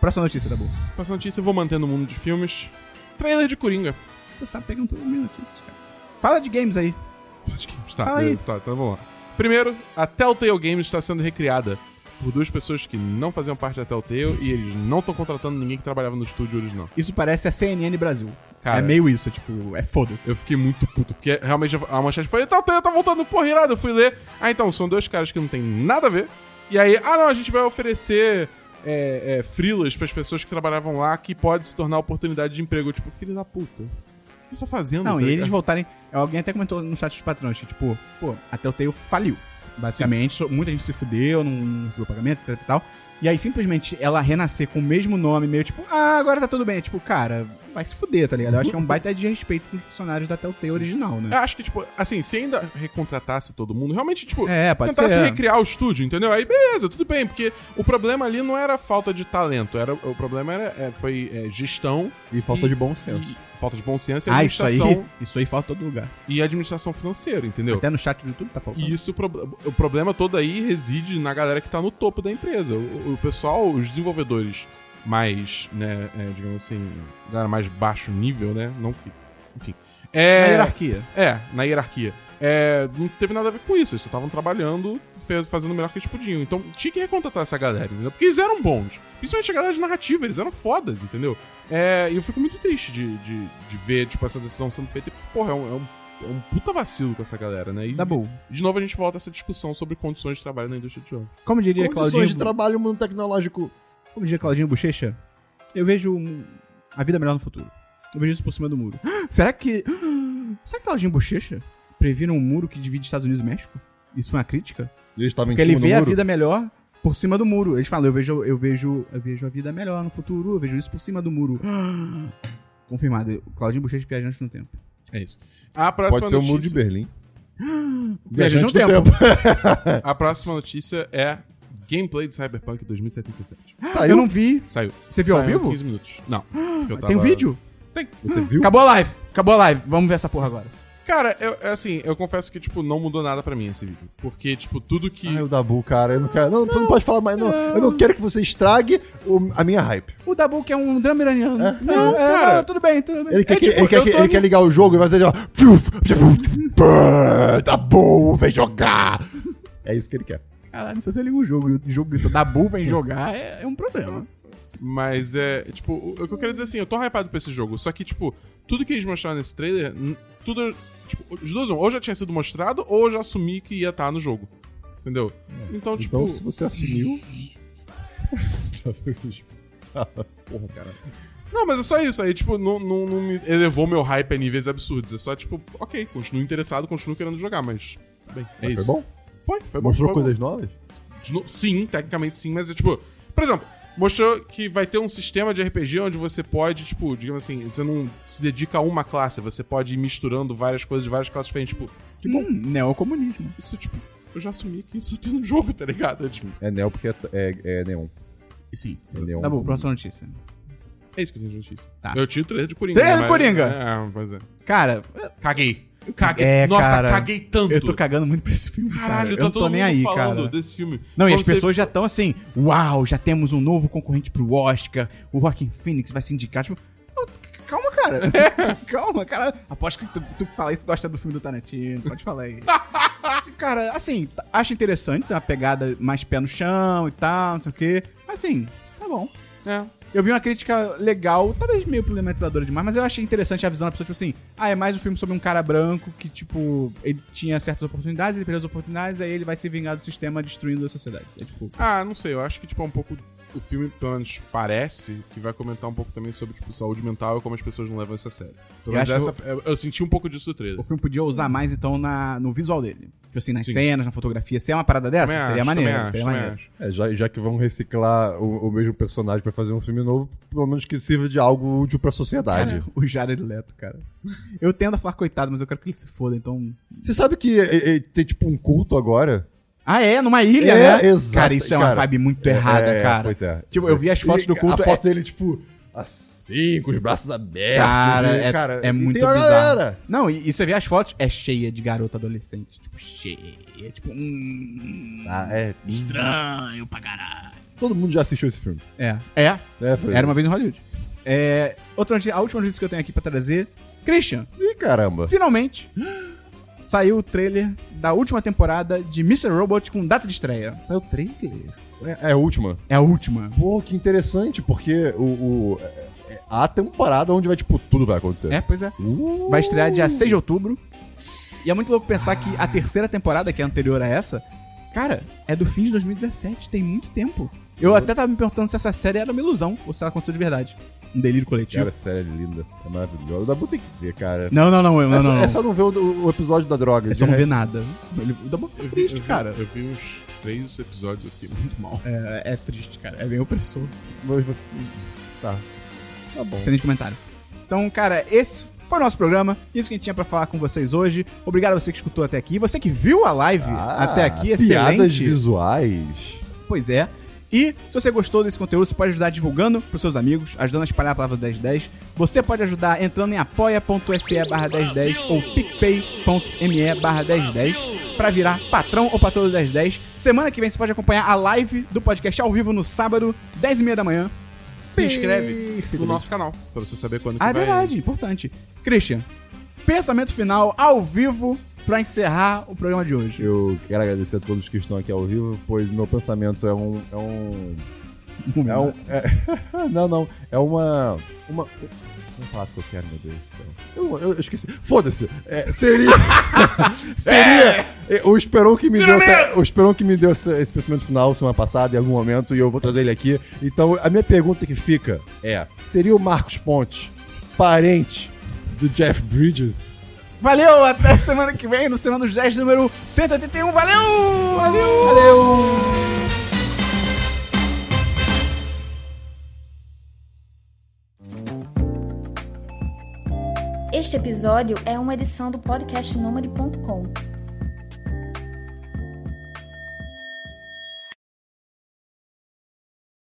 [SPEAKER 1] Próxima notícia, tá bom.
[SPEAKER 3] Com essa notícia, eu vou manter no mundo de filmes. Trailer de Coringa.
[SPEAKER 1] Você tá pegando todas as minhas notícias, cara. Fala de games aí.
[SPEAKER 3] Tá,
[SPEAKER 1] Fala aí.
[SPEAKER 3] tá, então vamos lá. Primeiro, a Telltale Games está sendo recriada por duas pessoas que não faziam parte da Telltale e eles não estão contratando ninguém que trabalhava no estúdio original.
[SPEAKER 1] Isso parece a CNN Brasil.
[SPEAKER 3] Cara,
[SPEAKER 1] é meio isso, é tipo, é foda-se.
[SPEAKER 3] eu fiquei muito puto, porque realmente a manchete foi Telltale tá voltando, porra, irado. Eu fui ler. Ah, então, são dois caras que não tem nada a ver. E aí, ah não, a gente vai oferecer é, é, freelas pras pessoas que trabalhavam lá que pode se tornar oportunidade de emprego. Eu, Tipo, filho da puta. O que você tá fazendo?
[SPEAKER 1] Não,
[SPEAKER 3] tá
[SPEAKER 1] e
[SPEAKER 3] ligado?
[SPEAKER 1] eles voltarem. Alguém até comentou no chat dos patrões que, tipo, pô, até o Tail faliu. Basicamente, so- muita gente se fudeu, não- não recebeu pagamento, etc e tal. E aí, simplesmente, ela renascer com o mesmo nome, meio tipo, ah, agora tá tudo bem. É tipo, cara, vai se fuder, tá ligado? Eu acho que é um baita de respeito com os funcionários da Telltale original, né?
[SPEAKER 3] Eu acho que, tipo, assim, se ainda recontratasse todo mundo, realmente, tipo,
[SPEAKER 1] É, pode
[SPEAKER 3] tentasse
[SPEAKER 1] ser.
[SPEAKER 3] recriar o estúdio, entendeu? Aí, beleza, tudo bem, porque o problema ali não era falta de talento, era, o problema era, é, foi é, gestão,
[SPEAKER 2] E falta
[SPEAKER 3] E-
[SPEAKER 2] de bom senso.
[SPEAKER 3] e- falta de bom senso e
[SPEAKER 1] Ah, isso aí,
[SPEAKER 3] administração,
[SPEAKER 1] isso aí falta em todo lugar.
[SPEAKER 3] e administração financeira, entendeu?
[SPEAKER 1] Até no chat do YouTube tá faltando.
[SPEAKER 3] E isso, o prob- o problema todo aí reside na galera que tá no topo da empresa. O, o pessoal, os desenvolvedores mais, né, é, digamos assim, galera mais baixo nível, né? Não que. Enfim. É,
[SPEAKER 1] Na hierarquia.
[SPEAKER 3] é, na hierarquia. É, não teve nada a ver com isso. Eles só estavam trabalhando, fez- fazendo o melhor que eles podiam. Então tinha que recontratar essa galera, entendeu? Porque eles eram bons. Principalmente a galera de narrativa, eles eram fodas, entendeu? É, e eu fico muito triste de, de, de ver, tipo, essa decisão sendo feita. E, Porra, é um, é um, é um puta vacilo com essa galera, né? E,
[SPEAKER 1] Tá bom.
[SPEAKER 3] de novo a gente volta a essa discussão sobre condições de trabalho na indústria de jogo.
[SPEAKER 1] Como diria
[SPEAKER 2] Condições
[SPEAKER 1] Claudinho,
[SPEAKER 2] de trabalho no mundo tecnológico.
[SPEAKER 1] como diria Claudinho Bochecha, eu vejo um- a vida melhor no futuro. Eu vejo isso por cima do muro. Será que. Será que Claudinho Bochecha previram um muro que divide Estados Unidos e México? Isso foi uma crítica?
[SPEAKER 2] Ele estava em
[SPEAKER 1] Porque ele
[SPEAKER 2] cima do
[SPEAKER 1] vê a
[SPEAKER 2] muro.
[SPEAKER 1] vida melhor por cima do muro. Eles falam, eu vejo, eu vejo, eu vejo a vida melhor no futuro, eu vejo isso por cima do muro. Confirmado, Claudinho Bochecha viajante no tempo.
[SPEAKER 3] É isso. A próxima
[SPEAKER 1] um
[SPEAKER 2] Pode ser o muro de
[SPEAKER 3] notícia-
[SPEAKER 2] Berlim.
[SPEAKER 1] Viajante no
[SPEAKER 2] do
[SPEAKER 1] tempo.
[SPEAKER 3] A próxima notícia é gameplay de Cyberpunk 2077.
[SPEAKER 2] Saiu?
[SPEAKER 1] Eu não vi.
[SPEAKER 3] Saiu.
[SPEAKER 1] Você viu ao
[SPEAKER 3] Saiu
[SPEAKER 1] vivo?
[SPEAKER 3] 15 minutos. Não. porque eu
[SPEAKER 1] Tem um
[SPEAKER 3] tava-
[SPEAKER 1] vídeo?
[SPEAKER 2] Você viu?
[SPEAKER 1] Acabou a live. Acabou a live. Vamos ver essa porra agora.
[SPEAKER 3] Cara, eu, é assim, eu confesso que, tipo, não mudou nada pra mim esse vídeo. Porque, tipo, tudo que.
[SPEAKER 2] Ai, o Dabu, cara, Ah, eu não quero. Não, você não pode falar mais, não. Eu não quero que você estrague o- a minha hype.
[SPEAKER 1] O Dabu que é um drama iraniano.
[SPEAKER 2] É?
[SPEAKER 1] Não, é,
[SPEAKER 3] cara.
[SPEAKER 1] não, tudo bem, tudo bem.
[SPEAKER 2] Ele quer,
[SPEAKER 3] É,
[SPEAKER 2] que-
[SPEAKER 3] tipo,
[SPEAKER 2] ele quer
[SPEAKER 3] eu
[SPEAKER 2] que-
[SPEAKER 3] tô
[SPEAKER 2] ele
[SPEAKER 3] no-
[SPEAKER 2] quer ligar o jogo e vai fazer ó. Tá bom, vem jogar. É isso que ele quer.
[SPEAKER 1] Caralho, se você liga o jogo e o jogo grita Dabu vem jogar, é, é um
[SPEAKER 2] Hum.
[SPEAKER 1] problema.
[SPEAKER 3] Mas é. Tipo, o, o que eu quero dizer assim, eu tô hypado pra esse jogo. Só que, tipo, tudo que eles mostraram nesse trailer, n- tudo. Tipo, os dois, ou já tinha sido mostrado, ou eu já assumi que ia estar no jogo. Entendeu? Então, tipo.
[SPEAKER 2] Então, se você assumiu. Já viu isso?
[SPEAKER 3] Porra, cara. Não, mas é só isso. Aí, tipo, não, não, não me elevou meu hype a níveis absurdos. É só, tipo, ok, continuo interessado, continuo querendo jogar, mas. Bem, é
[SPEAKER 2] Mas
[SPEAKER 3] isso.
[SPEAKER 2] Foi bom?
[SPEAKER 3] Foi, foi bom.
[SPEAKER 2] Mostrou
[SPEAKER 3] foi bom.
[SPEAKER 2] coisas novas?
[SPEAKER 3] De novo, sim, tecnicamente sim, mas é tipo. Por exemplo, mostrou que vai ter um sistema de RPG onde você pode, tipo, digamos assim, você não se dedica a uma classe, você pode ir misturando várias coisas de várias classes diferentes. Tipo,
[SPEAKER 1] Que bom. Hum, neocomunismo.
[SPEAKER 3] isso, tipo, eu já assumi que isso tem no jogo, tá ligado? É, tipo,
[SPEAKER 2] É Neo porque é, é, é neon.
[SPEAKER 3] sim.
[SPEAKER 2] É neon.
[SPEAKER 1] Tá bom, próxima notícia.
[SPEAKER 3] É isso que eu tenho de notícia.
[SPEAKER 1] Tá.
[SPEAKER 3] Eu tinha o trailer de Coringa.
[SPEAKER 1] Trailer do
[SPEAKER 3] mas-
[SPEAKER 1] Coringa!
[SPEAKER 3] É, pois é.
[SPEAKER 1] Cara,
[SPEAKER 2] Tá
[SPEAKER 3] Caguei. Caguei.
[SPEAKER 1] É,
[SPEAKER 3] Nossa,
[SPEAKER 1] cara,
[SPEAKER 3] caguei tanto.
[SPEAKER 1] eu tô cagando muito pra esse filme, cara.
[SPEAKER 3] Caralho,
[SPEAKER 1] eu
[SPEAKER 3] tá
[SPEAKER 1] não
[SPEAKER 3] todo
[SPEAKER 1] tô nem
[SPEAKER 3] mundo
[SPEAKER 1] aí,
[SPEAKER 3] falando
[SPEAKER 1] cara.
[SPEAKER 3] desse filme.
[SPEAKER 1] Não, e
[SPEAKER 3] Como
[SPEAKER 1] as
[SPEAKER 3] você-
[SPEAKER 1] pessoas já estão assim, uau, já temos um novo concorrente pro Oscar, o Joaquin Phoenix vai se indicar, tipo... "Ô, c- Calma, cara. Calma, cara. Aposto que tu, tu que fala isso gosta do filme do Tarantino. Pode falar aí. Tipo, cara, assim, t- acho interessante ser uma pegada mais pé no chão e tal, não sei o quê. Mas assim, tá bom.
[SPEAKER 3] É.
[SPEAKER 1] Eu vi uma crítica legal, talvez meio problematizadora demais, mas eu achei interessante a visão da pessoa, tipo assim, ah, é mais um filme sobre um cara branco que, tipo, ele tinha certas oportunidades, ele perdeu as oportunidades, aí ele vai se vingar do sistema destruindo a sociedade. É tipo,
[SPEAKER 3] Ah, não sei, eu acho que, tipo, é um pouco. O filme, pelo menos, parece que vai comentar um pouco também sobre, tipo, saúde mental e como as pessoas não levam isso a sério. Pelo
[SPEAKER 1] Eu
[SPEAKER 3] menos
[SPEAKER 1] acho
[SPEAKER 3] essa- eu... eu senti um pouco disso no trailer.
[SPEAKER 1] o filme podia usar mais, então, na, no visual dele. Tipo assim, nas
[SPEAKER 3] Sim.
[SPEAKER 1] cenas, na fotografia. Se é uma parada dessa,
[SPEAKER 3] Também
[SPEAKER 1] seria
[SPEAKER 3] acho,
[SPEAKER 1] maneiro.
[SPEAKER 3] também
[SPEAKER 1] Seria
[SPEAKER 3] acho,
[SPEAKER 1] maneiro.
[SPEAKER 3] também acho.
[SPEAKER 2] É, já, já que vão reciclar o, o mesmo personagem pra fazer um filme novo, pelo menos que sirva de algo útil pra sociedade.
[SPEAKER 1] Cara, o Jared Leto, cara. Eu tendo a falar coitado, mas eu quero que ele se foda, então...
[SPEAKER 2] Você sabe que é, é, tem tipo um culto agora?
[SPEAKER 1] Ah, é? Numa ilha,
[SPEAKER 2] É,
[SPEAKER 1] né?
[SPEAKER 2] exato,
[SPEAKER 1] Cara, isso é uma
[SPEAKER 2] cara.
[SPEAKER 1] vibe muito errada,
[SPEAKER 2] É, é,
[SPEAKER 1] cara.
[SPEAKER 2] Pois é.
[SPEAKER 1] Tipo, eu vi as fotos
[SPEAKER 2] E
[SPEAKER 1] do culto,
[SPEAKER 2] A foto dele, tipo, assim, com os braços abertos.
[SPEAKER 1] Cara,
[SPEAKER 2] e,
[SPEAKER 1] é,
[SPEAKER 2] cara,
[SPEAKER 1] é
[SPEAKER 2] e
[SPEAKER 1] muito
[SPEAKER 2] tem uma
[SPEAKER 1] bizarro.
[SPEAKER 2] galera.
[SPEAKER 1] Não, e, e você vê as fotos, é cheia de garota adolescente. Tipo, cheia. Tipo, hum,
[SPEAKER 2] Ah, é.
[SPEAKER 1] estranho pra caralho.
[SPEAKER 2] Todo mundo já assistiu esse filme.
[SPEAKER 1] É. É,
[SPEAKER 2] É, pois é.
[SPEAKER 1] era uma vez em Hollywood. É, outra notícia, a última notícia que eu tenho aqui pra trazer. Christian,
[SPEAKER 2] Ih, caramba.
[SPEAKER 1] finalmente saiu o trailer da última temporada de Mr. Robot com data de estreia.
[SPEAKER 2] Saiu trailer. É, é a última.
[SPEAKER 1] É a última.
[SPEAKER 2] Pô, que interessante, porque o, o- é- é a temporada onde vai, tipo, tudo vai acontecer.
[SPEAKER 1] É, pois é.
[SPEAKER 2] Uh,
[SPEAKER 1] Vai estrear dia 6 de outubro. E é muito louco pensar que
[SPEAKER 3] Ah.
[SPEAKER 1] a terceira temporada, que é anterior a essa, cara, é do fim de 2017, tem muito tempo. Eu
[SPEAKER 3] Uhum.
[SPEAKER 1] até tava me perguntando se essa série era uma ilusão ou se ela aconteceu de verdade. Um delírio coletivo.
[SPEAKER 2] Cara, série é linda. É maravilhosa. O Dabu tem que ver, cara.
[SPEAKER 1] Não, não, não, eu, não,
[SPEAKER 2] é, só,
[SPEAKER 1] não. não.
[SPEAKER 2] é só não ver o, o episódio da droga.
[SPEAKER 1] É só
[SPEAKER 2] de
[SPEAKER 1] não ver
[SPEAKER 2] resto-
[SPEAKER 1] nada. Ele, o Dabu fica
[SPEAKER 3] Eu vi-
[SPEAKER 1] É triste,
[SPEAKER 3] eu vi-
[SPEAKER 1] cara.
[SPEAKER 3] Eu vi uns três episódios, eu fiquei muito mal.
[SPEAKER 1] É, é triste, cara. É bem opressor.
[SPEAKER 2] vou- vou- Tá. Tá bom.
[SPEAKER 1] Excelente comentário. Então, cara, esse foi o nosso programa. Isso que a gente tinha pra falar com vocês hoje. Obrigado a você que escutou até aqui. Você que viu a live
[SPEAKER 2] Ah,
[SPEAKER 1] até aqui,
[SPEAKER 2] Piadas
[SPEAKER 1] excelente.
[SPEAKER 2] visuais.
[SPEAKER 1] Pois é. E se você gostou desse conteúdo, você pode ajudar divulgando pros seus amigos, ajudando a espalhar a palavra 1010. Você pode ajudar entrando em apoia.se barra 1010 ou picpay.me barra 1010 para virar patrão ou patroa do 1010. Semana que vem você pode acompanhar a live do podcast ao vivo no sábado, 10h30 da manhã. Se inscreve
[SPEAKER 3] no nosso canal, pra você saber quando que
[SPEAKER 1] ah, é
[SPEAKER 3] vai...
[SPEAKER 1] verdade, importante. Christian, pensamento final ao vivo pra encerrar o programa de hoje.
[SPEAKER 2] Eu quero agradecer a todos que estão aqui ao vivo, pois meu pensamento é um. É um. É um é- não, não. É uma. Uma. Vamos falar que eu quero, meu Deus do céu. Eu, eu esqueci. Foda-se. É, seria. seria. é, O Esperon que me deu, essa- o Esperon que me deu essa- esse pensamento final semana passada, em algum momento, e eu vou trazer ele aqui. Então, a minha pergunta que fica é: seria o Marcos Pontes parente do Jeff Bridges?
[SPEAKER 1] Valeu, até semana que vem, no Semana dos 10, número 181. Valeu! Valeu! Valeu!
[SPEAKER 5] Este episódio é uma edição do podcast Nômade.com.